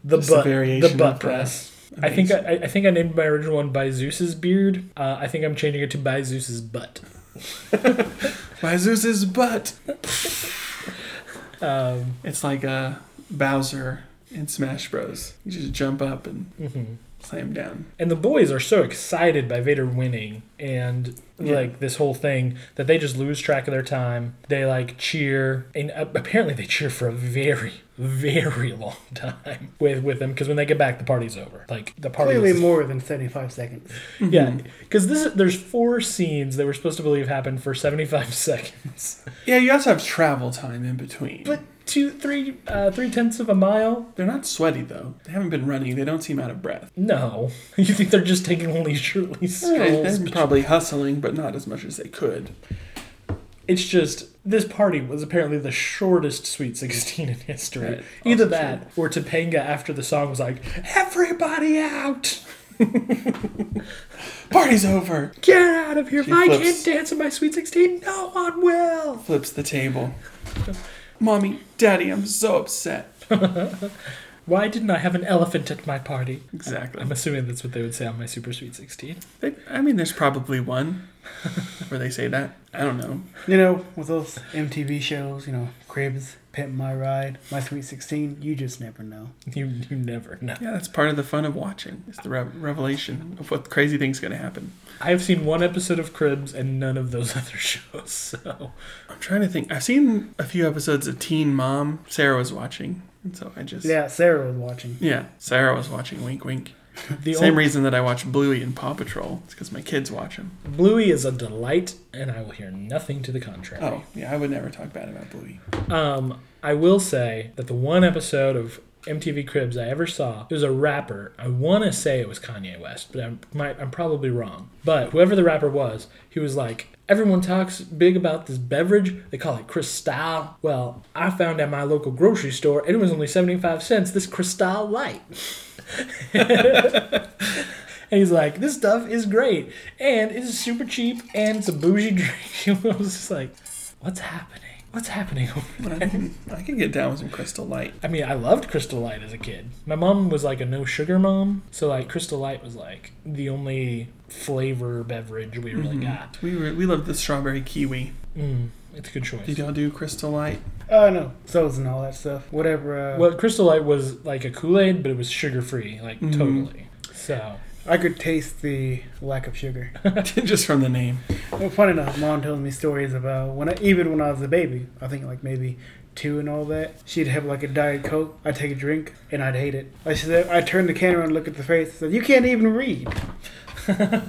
the
Just a
butt,
variation
the
of
butt
that.
press. I think I, I- I think I named my original one by Zeus's beard. Uh, I think I'm changing it to by Zeus's butt.
By Zeus's butt.
Um,
It's like a Bowser in Smash Bros. You just jump up and
mhm.
slam down.
And the boys are so excited by Vader winning and
Yeah.
like this whole thing that they just lose track of their time. They like cheer, and uh, apparently they cheer for a very, very long (laughs) time with with them because when they get back, the party's over. Like the party
Clearly
is
more than 75 seconds.
(laughs) Yeah, because this is, there's four scenes that we're supposed to believe happened for 75 (laughs) seconds,
Yeah, you also have travel time in between.
but two, three, uh, three tenths of a mile.
They're not sweaty though. They haven't been running. They don't seem out of breath.
No, (laughs) you think they're just taking leisurely
They-
strolls?
They're probably hustling, but not as much as they could.
It's just this party was apparently the shortest Sweet 16 in history.
Right,
Either
also
that or Topanga after the song was like, "Everybody out,
Party's over.
get out of here!
She
If I
flips.
can't dance in my Sweet 16. No one will."
Flips the table. Mommy, Daddy, I'm so upset.
Why didn't I have an elephant at my party?
Exactly.
I'm assuming that's what they would say on my Super Sweet 16.
They, I mean, there's probably one where they say that. I don't know.
You know, with those MTV shows, you know, Cribs, Pimp My Ride, My Sweet 16, you just never know.
You, you never know.
Yeah, that's part of the fun of watching. It's the re- revelation of what crazy thing's going to happen.
I've seen one episode of Cribs and none of those (laughs) other shows, so
I'm trying to think. I've seen a few episodes of Teen Mom. Sarah was watching, and so I just
Yeah, Sarah was watching.
yeah. Sarah was watching. Wink, wink.
the
Same
only,
reason that I watch Bluey and Paw Patrol. It's because my kids watch them.
Bluey is a delight, and I will hear nothing to the contrary.
Oh, yeah, I would never talk bad about Bluey.
Um, I will say that the one episode of MTV Cribs I ever saw, it was a rapper. I want to say it was Kanye West, but I'm, might, I'm probably wrong. But whoever the rapper was, he was like, Everyone talks big about this beverage. They call it Cristal. Well, I found at my local grocery store, and it was only 75 cents, this Cristal Light. (laughs) And he's like, this stuff is great. And it's super cheap and it's a bougie (laughs) drink. And I was just like, what's happening? What's happening over
I can, I can get down with some Crystal Light.
I mean, I loved Crystal Light as a kid. My mom was like a no sugar mom. So, like, Crystal Light was like the only flavor beverage we really got.
We were, we love the strawberry kiwi.
Mm, it's a good choice.
Did y'all do Crystal Light? (laughs)
Oh, no. Sodas and all that stuff. Whatever. Uh,
Well, Crystal Light was like a Kool Aid, but it was sugar free, like,
Mhm.
totally. So,
I could taste the lack of sugar.
Just from the name.
Well, funny enough, mom tells me stories about when I, even when I was a baby, I think like maybe two and all that, she'd have like a Diet Coke. I'd take a drink and I'd hate it. I said, I turned the camera and look at the face. Said, you can't even read.
I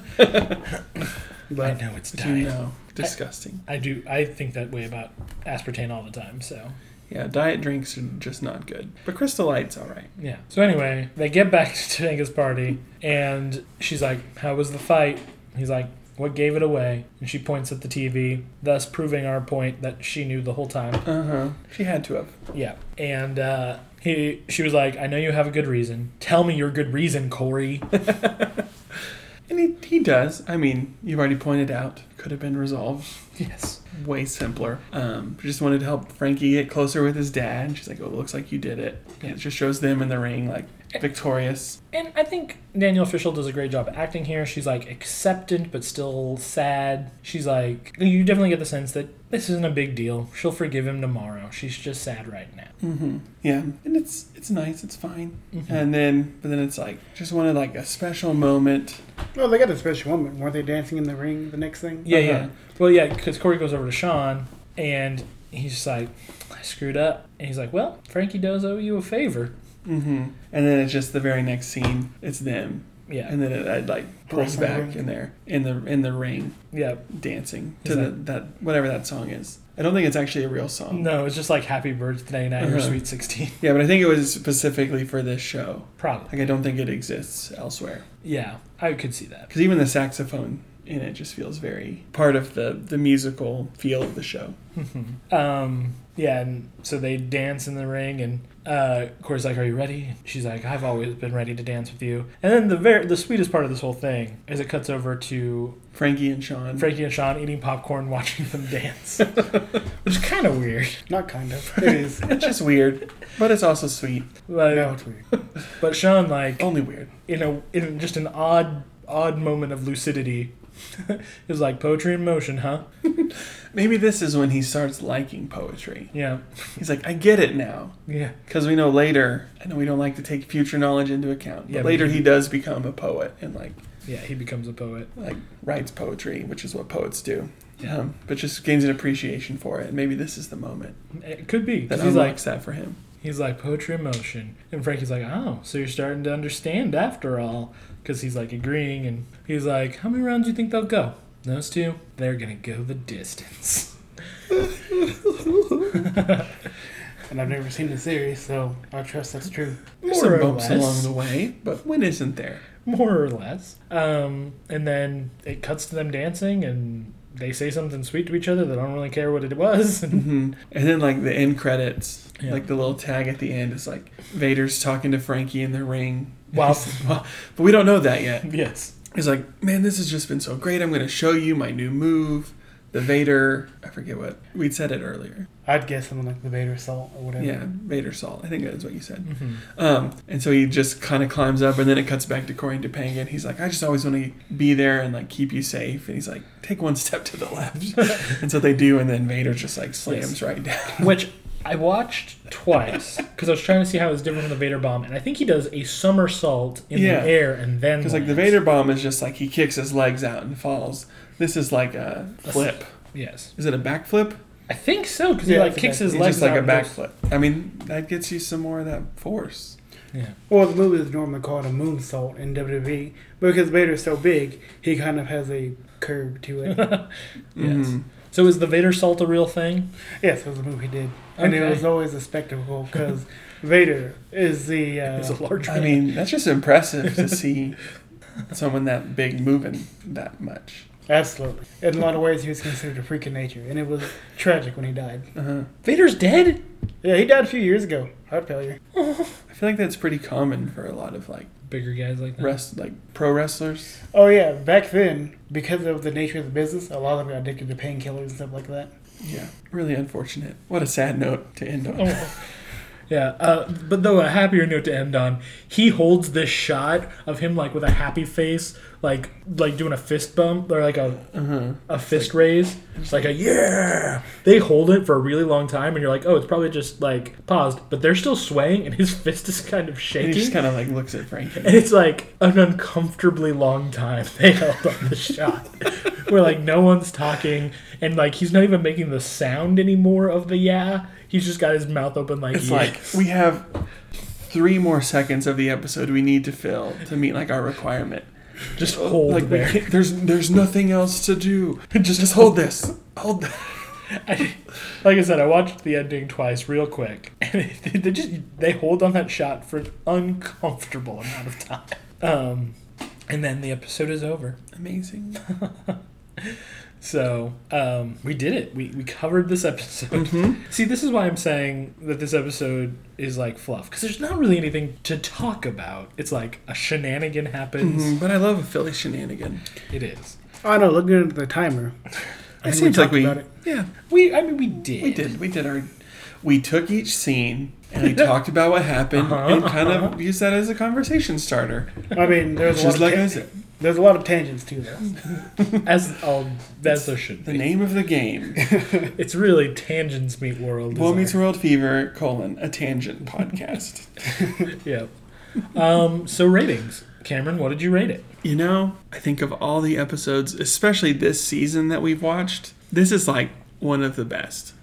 but
know it's
Do you
diet.
know? Disgusting.
I do. I think that way about aspartame all the time. So,
Yeah, diet drinks are just not good. But Crystal Light's all right.
Yeah. So anyway, they get back (laughs) to Tanga's party, and she's like, "How was the fight?" He's like, "What gave it away?" And she points at the TV, thus proving our point that she knew the whole time.
Uh huh. She had to have.
Yeah. And uh, he, she was like, "I know you have a good reason. Tell me your good reason, Corey." (laughs)
And he, he does. I mean, you've already pointed out. could have been resolved
Yes.
way simpler. Um, she just wanted to help Frankie get closer with his dad. And she's like, "Oh, it looks like you did it." And it just shows them in the ring, like victorious.
And I think Danielle Fishel does a great job acting here. She's like acceptant but still sad. She's like you definitely get the sense that this isn't a big deal. She'll forgive him tomorrow. She's just sad right now.
Mm-hmm. Yeah, and it's it's nice. It's fine. And then, but then it's like just wanted like a special moment.
Well, they got a special moment. Weren't they dancing in the ring the next thing?
Yeah,
Uh-huh.
yeah. Well, yeah, because Corey goes over to Sean and he's just like, I screwed up. And he's like, Well, Frankie does owe you a favor.
Mm-hmm. And then it's just the very next scene. It's them,
Yeah.
and then it, it like pulls
Dancing
back
ring.
in there in the in the ring
yeah.
dancing
Is
to the, that whatever that song is. I don't think it's actually a real song.
No, it's just like Happy Birthday Night or
Uh-huh.
Sweet 16.
Yeah, but I think it was specifically for this show.
(laughs) Probably.
Like I don't think it exists elsewhere.
Yeah, I could see that.
because even the saxophone in it just feels very part of the the musical feel of the show.
um, yeah, and so they dance in the ring, and uh, Corey's like, "Are you ready?" And she's like, "I've always been ready to dance with you." And then the very the sweetest part of this whole thing is it cuts over to
Frankie and Sean.
Frankie and Sean eating popcorn, (laughs) watching them
(laughs)
dance, which is kind of weird.
Not kind of. It (laughs) is.
it's just weird, but it's also sweet.
But,
no, it's weird.
but Sean, like,
Only weird.
in a in just an odd odd moment of lucidity, (laughs) is like poetry in motion, huh?
Maybe this is when he starts liking poetry.
Yeah,
He's like, I get it now,
yeah,
because we know later. I know we don't like to take future knowledge into account, but
Yeah, but
later
he-
he does become a poet and like
yeah. He becomes a poet.
like writes poetry, which is what poets do. Um, but just gains an appreciation for it. Maybe this is the moment
It could be
that
because he's like
unlocks that for him.
He's like poetry in motion, and Frankie's like, "Oh, so you're starting to understand after all?" Because he's like agreeing, and he's like, "How many rounds do you think they'll go?" Those two, they're gonna go the distance.
And I've never seen the series, so I trust that's true.
There's
More
some
or
bumps
less.
along the way, but when isn't there?
More or less. Um, and then it cuts to them dancing, and they say something sweet to each other. They don't really care what it was. (laughs) And
hmm And then like the end credits,
Yeah.
like the little tag at the end is like Vader's talking to Frankie in the ring. (laughs)
Wow.
Well, but we don't know that yet.
yes,
He's like, man, this has just been so great. I'm going to show you my new move, the Vader. I forget what we'd said it earlier.
I'd guess something like the Vader Salt or whatever.
Yeah, Vader salt. I think that is what you said.
Mhm.
Um, and so he just kind of climbs up, and then it cuts back to Corey and Topanga, and he's like, I just always want to be there and like keep you safe. And he's like, take one (laughs) step to the left.
(laughs)
and so they do, and then Vader just like slams
Yes.
right down.
which I watched twice because I was trying to see how it was different from the Vader bomb, and I think he does a somersault in
Yeah.
the air and then
Because like the
lands.
Vader bomb is just like he kicks his legs out and falls. This is like a flip.
Yes.
Is it a backflip?
I think so because
Yeah,
he like
it's a
kicks
back-
his
It's
legs
just like
out
a
and goes-
backflip. I mean, that gets you some more of that force.
Yeah,
Well, the movie is normally called a moonsault in WWE, but because Vader's so big, he kind of has a curve to
(laughs)
it.
Yes.
Mhm.
So is the Vader salt a real thing?
yes, it was a movie did, and it
Okay.
was always a spectacle because Vader is the uh,
It's a large.
I mean, that's just impressive to see (laughs) someone that big moving that much.
absolutely. In a lot of ways, he was considered a freak of nature, and it was tragic when he died.
Uh-huh.
Vader's dead.
Yeah, he died a few years ago. Heart failure.
I feel like that's pretty common for a lot of like
Bigger guys like that.
rest like pro wrestlers.
Oh yeah, back then, because of the nature of the business, a lot of them got addicted to painkillers and stuff like that.
Yeah, really unfortunate. What a sad note to end on.
Oh. Yeah, uh, but though a happier note to end on, he holds this shot of him like with a happy face, like like doing a fist bump or like a
Uh-huh.
a fist raise, it's like a yeah. They hold it for a really long time, and you're like, oh, it's probably just like paused, but they're still swaying, and his (laughs) fist is kind of
And (laughs)
shaking.
he just kind of like looks at Frankie.
(laughs) And it's like an uncomfortably long time (laughs) they held on the shot. (laughs) Where like no one's talking and like he's not even making the sound anymore of the yeah. He's just got his mouth open like
It's
yeah.
like we have three more seconds of the episode we need to fill to meet like our requirement.
just hold
like we
there.
can't- there's there's nothing else to do. (laughs) Just, just hold this. Hold. th-
I, like I said, I watched the ending twice real quick. (laughs) And they, they just they hold on that shot for an uncomfortable amount of time. Um and then the episode is over.
Amazing.
So um, we did it. We, we covered this episode. (laughs) See, this is why I'm saying that this episode is like fluff because there's not really anything to talk about. It's like a shenanigan happens.
Mhm, But I love a Philly shenanigan.
It is.
I know. Looking at the timer, I
It
think we
seems like
talked
we,
about it.
yeah,
We, I mean, we did.
we did. We did our, we took each scene and
(laughs)
we talked about what happened
Uh-huh.
and kind of used that as a conversation starter.
I mean, there's a lot
Just
of
like
ta-
I said,
there's a lot of tangents too, though.
As all as
(laughs)
there should
the
be.
name of the
(laughs)
game,
It's really tangents meet world.
Woe
isn't
Meets
it?
World Fever, colon, a tangent podcast.
Yeah. Um, so ratings, Cameron. What did you rate it?
You know, I think of all the episodes, especially this season that we've watched, this is like one of the best.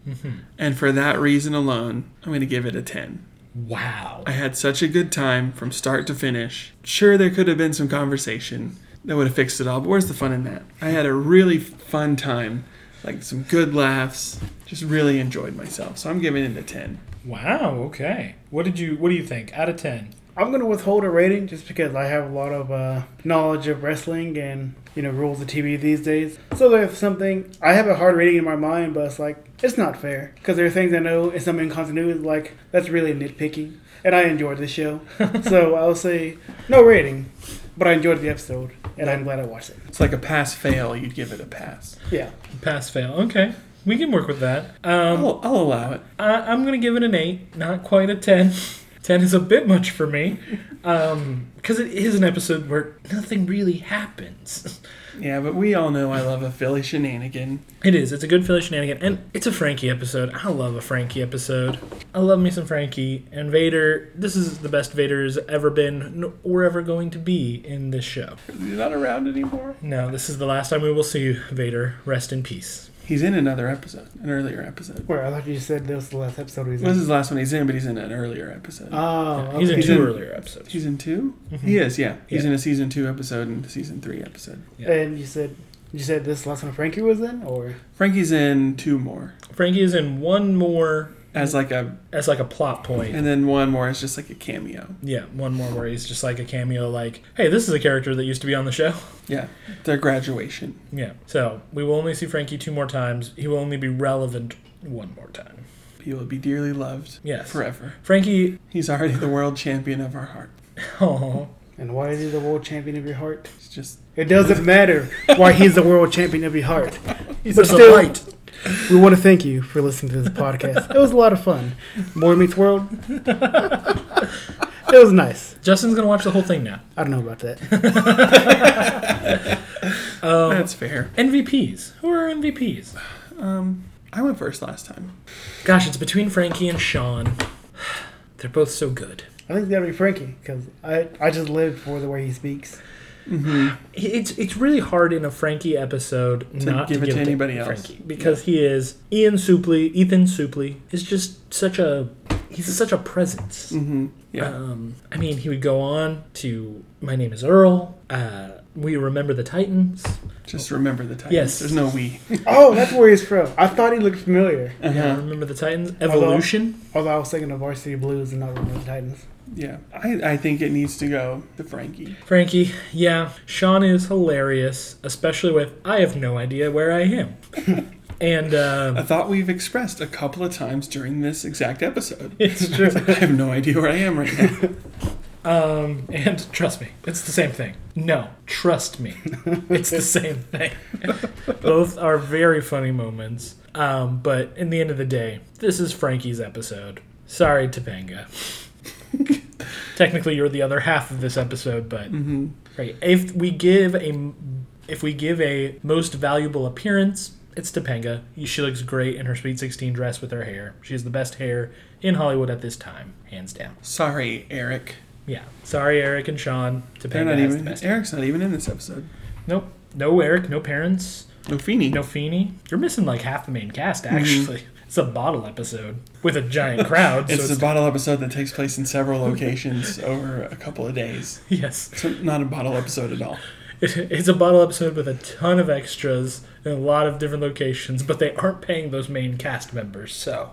And for that reason alone, I'm going to give it a 10.
Wow.
I had such a good time from start to finish. Sure, there could have been some conversation that would have fixed it all, but where's the fun in that? I had a really fun time, like some good laughs, just really enjoyed myself. So I'm giving it a 10.
Wow. Okay. What did you? What do you think? Out of ten.
I'm gonna withhold a rating just because I have a lot of uh, knowledge of wrestling and you know rules of TV these days. So there's something I have a hard rating in my mind, but it's like it's not fair because there are things I know and some incontinuity. Like that's really nitpicking, and I enjoyed
(laughs)
the show, so I'll say no rating, but I enjoyed the episode and I'm glad I watched it.
It's like a pass fail, you'd give it a pass.
Yeah,
Pass fail. Okay. We can work with that. Um,
I'll, I'll allow it.
I, I'm gonna give it an eight. Not quite a ten. (laughs) Ten is a bit much for me. Um, because it is an episode where nothing really happens. (laughs)
Yeah, but we all know I love a Philly shenanigan.
It is. It's a good Philly shenanigan, and it's a Frankie episode. I love a Frankie episode. I love me some Frankie and Vader. This is the best Vader has ever been, n- or ever going to be in this show.
He's not around anymore.
No, this is the last time we will see Vader. Rest in peace.
He's in another episode, an earlier episode.
where I thought you said this was the last episode we was in.
This is the last one he's in, but he's in an earlier episode.
Uh,
Oh,
He's in
He's
two
in-
earlier episodes.
Season 2 He is, yeah. He's
mm-hmm. Yeah.
in a season two episode and a season three episode.
and you said you said this last one Frankie was in, or
Frankie's in two more
Frankie is in one more
as like a,
as like a plot
(laughs)
point.
and then one more is just like a cameo.
Yeah, one more where he's just like a cameo, like, hey, this is a character that used to be on the show. (laughs)
Yeah, their graduation.
Yeah. So we will only see Frankie two more times. He will only be relevant one more time.
He will be dearly loved
Yes.
forever.
Frankie, (laughs)
He's already the world champion of our heart.
oh,
and why is he the world champion of your heart?
It's just
It doesn't matter why he's the world champion of your heart.
(laughs) he's
But
just
still-
a light.
We want to thank you for listening to this podcast. It was a lot of fun. Boy
(laughs)
Meets World. it was nice.
Justin's gonna watch the whole thing now.
I don't know about that.
that's fair.
MVPs. Who are MVPs?
Um, I went first last time.
Gosh, it's between Frankie and Sean. (sighs) They're both so good.
I think it's gotta be Frankie because I I just live for the way he speaks.
It's it's really hard in a Frankie episode not
give
to
it
give
to anybody else.
Frankie because he is Ian Supley. Ethan Supley is just such a he's such a presence.
Mm-hmm. Yeah.
Um, I mean, he would go on to My Name Is Earl. Uh, we remember the Titans.
Just remember the Titans.
Yes.
There's no we.
Oh, that's where he's from. I thought he looked familiar.
(laughs) Yeah,
Uh-huh.
remember the Titans. Evolution.
Although I was thinking of Varsity Blues and not Remember the Titans.
Yeah. I, I think it needs to go to Frankie.
Frankie, yeah, Sean is hilarious, especially with I have no idea where I am. and
I
uh,
thought we've expressed a couple of times during this exact episode.
(laughs) it's true.
I have no idea where I am right now.
(laughs) Um, (laughs) and trust me, it's the same thing. No, trust me, it's the same thing. Both are very funny moments. Um, but in the end of the day, this is Frankie's episode. Sorry, Topanga. Technically, you're the other half of this episode, but
hmm
Right. If we give a if we give a most valuable appearance, it's Topanga. She looks great in her sweet sixteen dress with her hair. She has the best hair in Hollywood at this time, hands down.
Sorry, Eric.
Yeah. Sorry, Eric and Sean.
They're
Topanga
not
has the
even.
best.
Eric's not even in this episode.
Nope. No Eric. No parents.
No Feeney.
No Feeny. You're missing like half the main cast
Mm-hmm.
actually. (laughs) It's a bottle episode with a
(laughs)
giant crowd.
It's
so
a
it's,
bottle episode that takes place in several locations (laughs) over a couple of days.
(laughs) yes. (laughs)
It's not a bottle episode at all.
It's a bottle episode with a ton of extras in a lot of different locations, but they aren't paying those main cast members, so.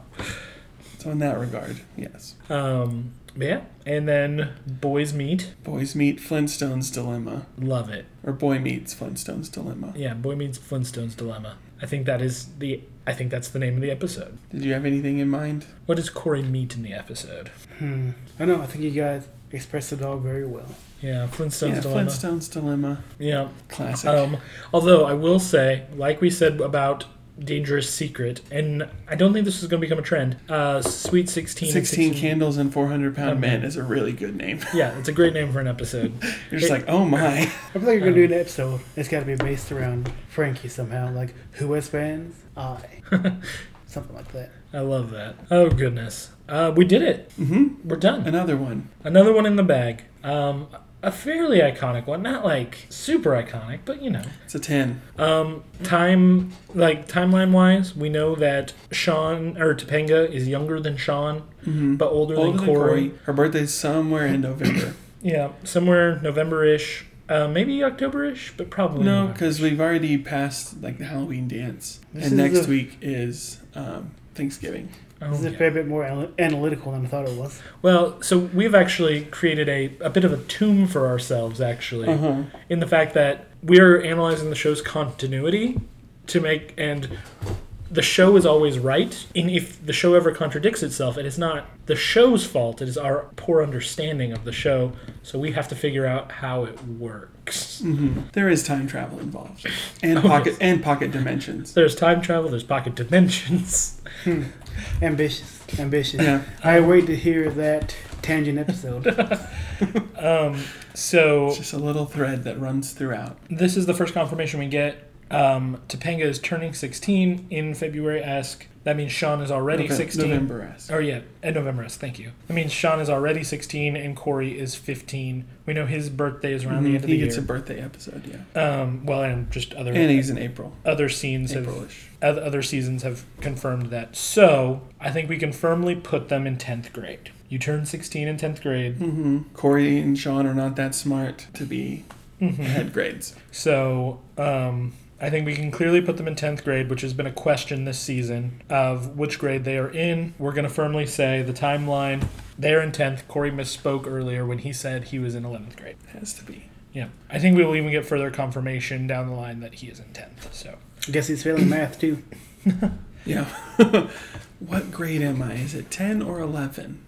So in that regard, yes.
Um, yeah. And then Boys Meet.
Boys meet Flintstone's dilemma,
Love it.
or boy meets Flintstone's dilemma.
Yeah, Boy Meets Flintstone's Dilemma. I think that is the I think that's the name of the episode.
Did you have anything in mind?
What does Corey meet in the episode?
Hmm. I know. I think you guys express the dog very well.
Yeah, Flintstones
yeah,
dilemma.
Flintstones dilemma,
Yeah.
classic.
Um, although I will say, like we said about Dangerous Secret, and I don't think this is going to become a trend. Uh, Sweet 16.
16 candles and 400 pound man is a really good name. (laughs)
Yeah, it's a great name for an episode.
You're just
It-
like, oh my.
I feel like you're gonna do an
Um,
episode. It's gotta be based around Frankie somehow. Like who has fans? I.
(laughs)
Something like that.
I love that. Oh goodness, uh, we did it.
hmm
We're done.
Another one.
Another one in the bag. Um, a fairly iconic one, not like super iconic, but you know.
It's a 10.
Um, time like timeline wise, we know that Sean or Topanga is younger than Sean,
Mm-hmm.
but older,
Older
than
than
Corey.
Corey. Her birthday's somewhere in
(coughs)
November.
Yeah, somewhere November-ish, uh, maybe October-ish, but probably
no,
not.
because we've already passed like the Halloween dance,
This
and
is
next
a-
week is um, Thanksgiving.
Oh,
This is a
yeah.
fair bit more anal- analytical than I thought it was.
Well, so we've actually created a, a bit of a tomb for ourselves, actually,
Uh-huh.
in the fact that we're analyzing the show's continuity to make and the show is always right. And if the show ever contradicts itself, it is not the show's fault. It is our poor understanding of the show. So we have to figure out how it works.
hmm There is time travel involved, and
(laughs) Oh,
pocket
yes.
and pocket dimensions.
There's time travel. There's pocket dimensions.
Ambitious. Ambitious.
Yeah,
I wait to hear that tangent
(laughs)
episode.
Um, so
it's just a little thread that runs throughout.
this is the first confirmation we get. Um, Topanga is turning 16 in February esque. That means Sean is already
Nove-
16.
November-esque.
Oh, yeah, at November esque. Thank you. That means Sean is already 16 and Corey is 15. We know his birthday is around the
Mhm,
end of
he
the
gets a
year.
birthday episode. Yeah,
um, well, and just other
and he's in April.
other scenes have
Aprilish.
oth- other seasons have confirmed that. So I think we can firmly put them in 10th grade. You turn 16 in 10th grade.
hmm Corey and Sean are not that smart to be
Mhm.
head grades.
So um, I think we can clearly put them in 10th grade, which has been a question this season of which grade they are in. We're going to firmly say the timeline. They're in 10th. Corey misspoke earlier when he said he was in 11th grade.
Has to be.
Yeah. I think we will even get further confirmation down the line that he is in 10th. So
Guess he's failing math too.
Yeah. (laughs) what grade am I? Is it ten or eleven?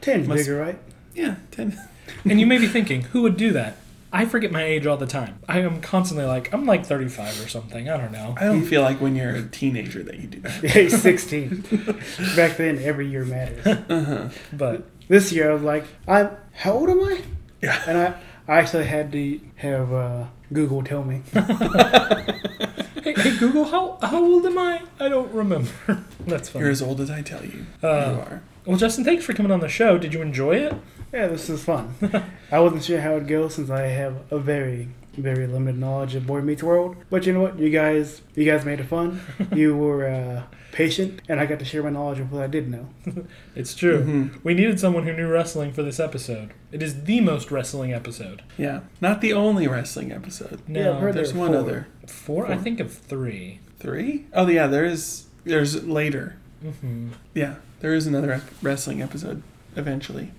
Ten's
Must-
bigger, right? (laughs)
Yeah, ten.
And you may be thinking, who would do that? I forget my age all the time. I am constantly like, I'm like 35 or something. I don't know.
I don't feel like when you're a teenager that you do that.
Yeah,
(laughs)
he's 16. Back then, every year matters.
But
This year, I was like, I'm how old am I?
Yeah.
And I, I actually had to have uh, Google tell me.
hey, hey Google, how, how old am I? I don't remember. (laughs) That's funny.
You're as old as I tell you.
Uh,
you are.
Well, Justin, thanks for coming on the show. Did you enjoy it?
Yeah, this is fun. (laughs) I wasn't sure how it'd go since I have a very, very limited knowledge of Boy Meets World. But you know what? You guys, you guys made
(laughs)
it fun. you were uh, patient, and I got to share my knowledge of what I did know.
It's true.
Mhm.
We needed someone who knew wrestling for this episode. It is the most wrestling episode.
Yeah. Not the only wrestling episode.
No,
Yeah, I've heard
There's
There are
one
four.
other.
four. I think of three.
Three? Oh, yeah, there is. There's later.
hmm
Yeah, there is another ep- wrestling episode eventually.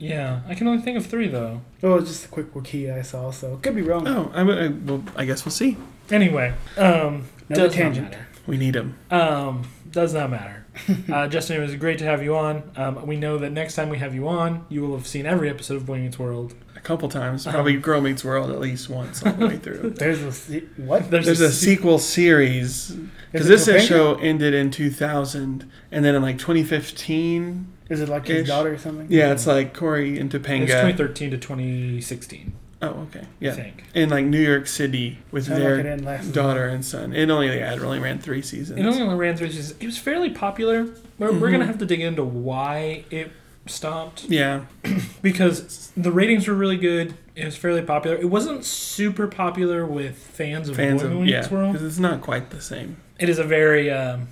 Yeah, I can only think of three though.
Oh, it's just a quick wiki I saw, so could be wrong.
Oh, I, w- I- well, I guess we'll see.
Anyway, um,
Another
does
tangent.
Not
We need him.
matter. Um, does not matter. uh, Justin, it was great to have you on. Um, we know that next time we have you on, you will have seen every episode of Boy Meets World.
A couple times. Probably Girl Meets World at least once all the way through.
There's a se- what?
There's a sequel series.
Is
Because
it
this
Topanga?
show ended in 2000. And then in like 2015.
Is it like his
Ish.
daughter or something?
Yeah, it's like Corey and
It's
Topanga.
2013 to 2016.
Oh, okay.
I
Yeah.
think.
In like New York City with
Sound
their
like it didn't last.
daughter and son. It only yeah, it only ran three seasons.
It only ran three seasons. It was fairly popular. We're, we're
Mhm.
gonna have to dig into why it stopped
yeah,
because the ratings were really good. It was fairly popular. It wasn't super popular with fans of
fans
Boy
of
Meets
yeah, because
World.
it's not quite the same.
It is a very um,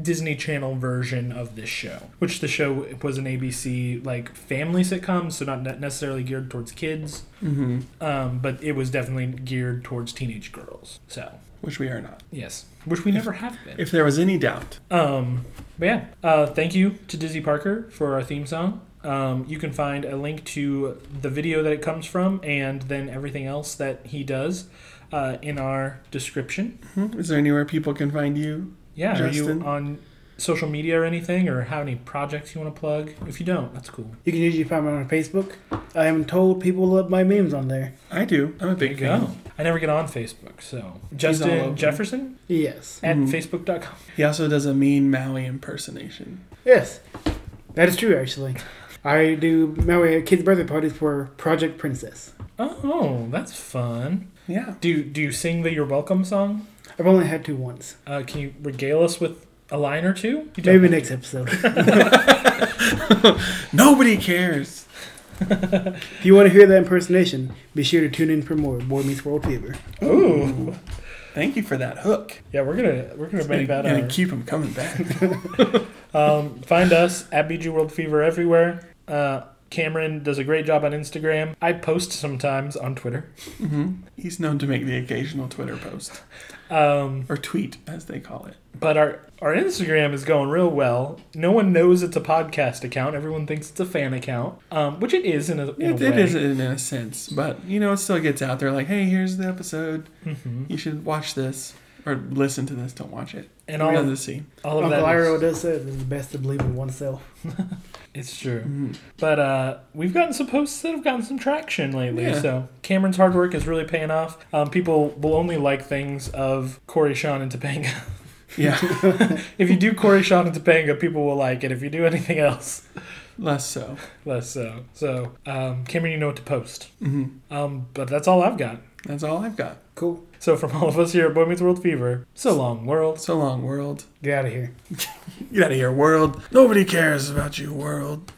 Disney Channel version of this show, which the show was an ABC like family sitcom, so not ne- necessarily geared towards kids,
Mm-hmm.
um, but it was definitely geared towards teenage girls. So
Which we are not.
yes, which we never have been.
If there was any doubt,
Um, but yeah, uh, thank you to Dizzy Parker for our theme song. Um, you can find a link to the video that it comes from and then everything else that he does uh, in our description.
Mhm. is there anywhere people can find you?
Yeah, are you
Justin?
on social media or anything, or have any projects you want to plug? If you don't, that's cool.
You can usually find me on Facebook. I am told people love my memes on there.
I do. I'm a
There you
big fan.
go. I never get on Facebook, so
all over.
Justin Jefferson
Yes.
at
Mhm.
facebook.com.
He also does a mean Maui impersonation.
Yes. That is true, actually. I do Maui kids' birthday parties for Project Princess.
Oh, that's fun.
Yeah.
Do you- do you sing the "You're Welcome" song?
I've only had two once.
Uh, can you regale us with a line or two? You don't-
Maybe next episode. (laughs)
Nobody cares.
if you want to hear that impersonation, be sure to tune in for more Boy Meets World Fever.
Ooh.
Thank you for that hook.
Yeah, we're gonna we're gonna make that
and
our-
keep him coming
(laughs)
back.
Um, find us at BG World Fever everywhere. Uh, Cameron does a great job on Instagram. I post sometimes on Twitter.
hmm He's known to make the occasional Twitter post
Um,
or tweet, as they call it.
but our our Instagram is going real well. No one knows it's a podcast account. Everyone thinks it's a fan account, um, which it is in a, in a
It,
way.
it is in a sense, but you know, it still gets out there. Like, hey, here's the episode.
Mhm.
You should watch this or listen to this. Don't watch it.
And
None
all
of
of,
the sea.
all of
Uncle Iro
that is,
does say it's the best to believe in oneself.
it's true.
Mhm.
But uh, we've gotten some posts that have gotten some traction lately.
Yeah.
So Cameron's hard work is really paying off. Um, people will only like things of Corey, Sean, and Topanga.
Yeah, (laughs)
If you do Corey Sean and Topanga, people will like it. If you do anything else, (laughs)
less so.
less so. So, um, Cameron, you know what to post.
hmm
Um, but that's all I've got.
That's all I've got.
Cool.
So, from all of us here at Boy Meets World Fever, so long, world.
So long, world.
Get out of here.
Get out of here, world. Nobody cares about you, world.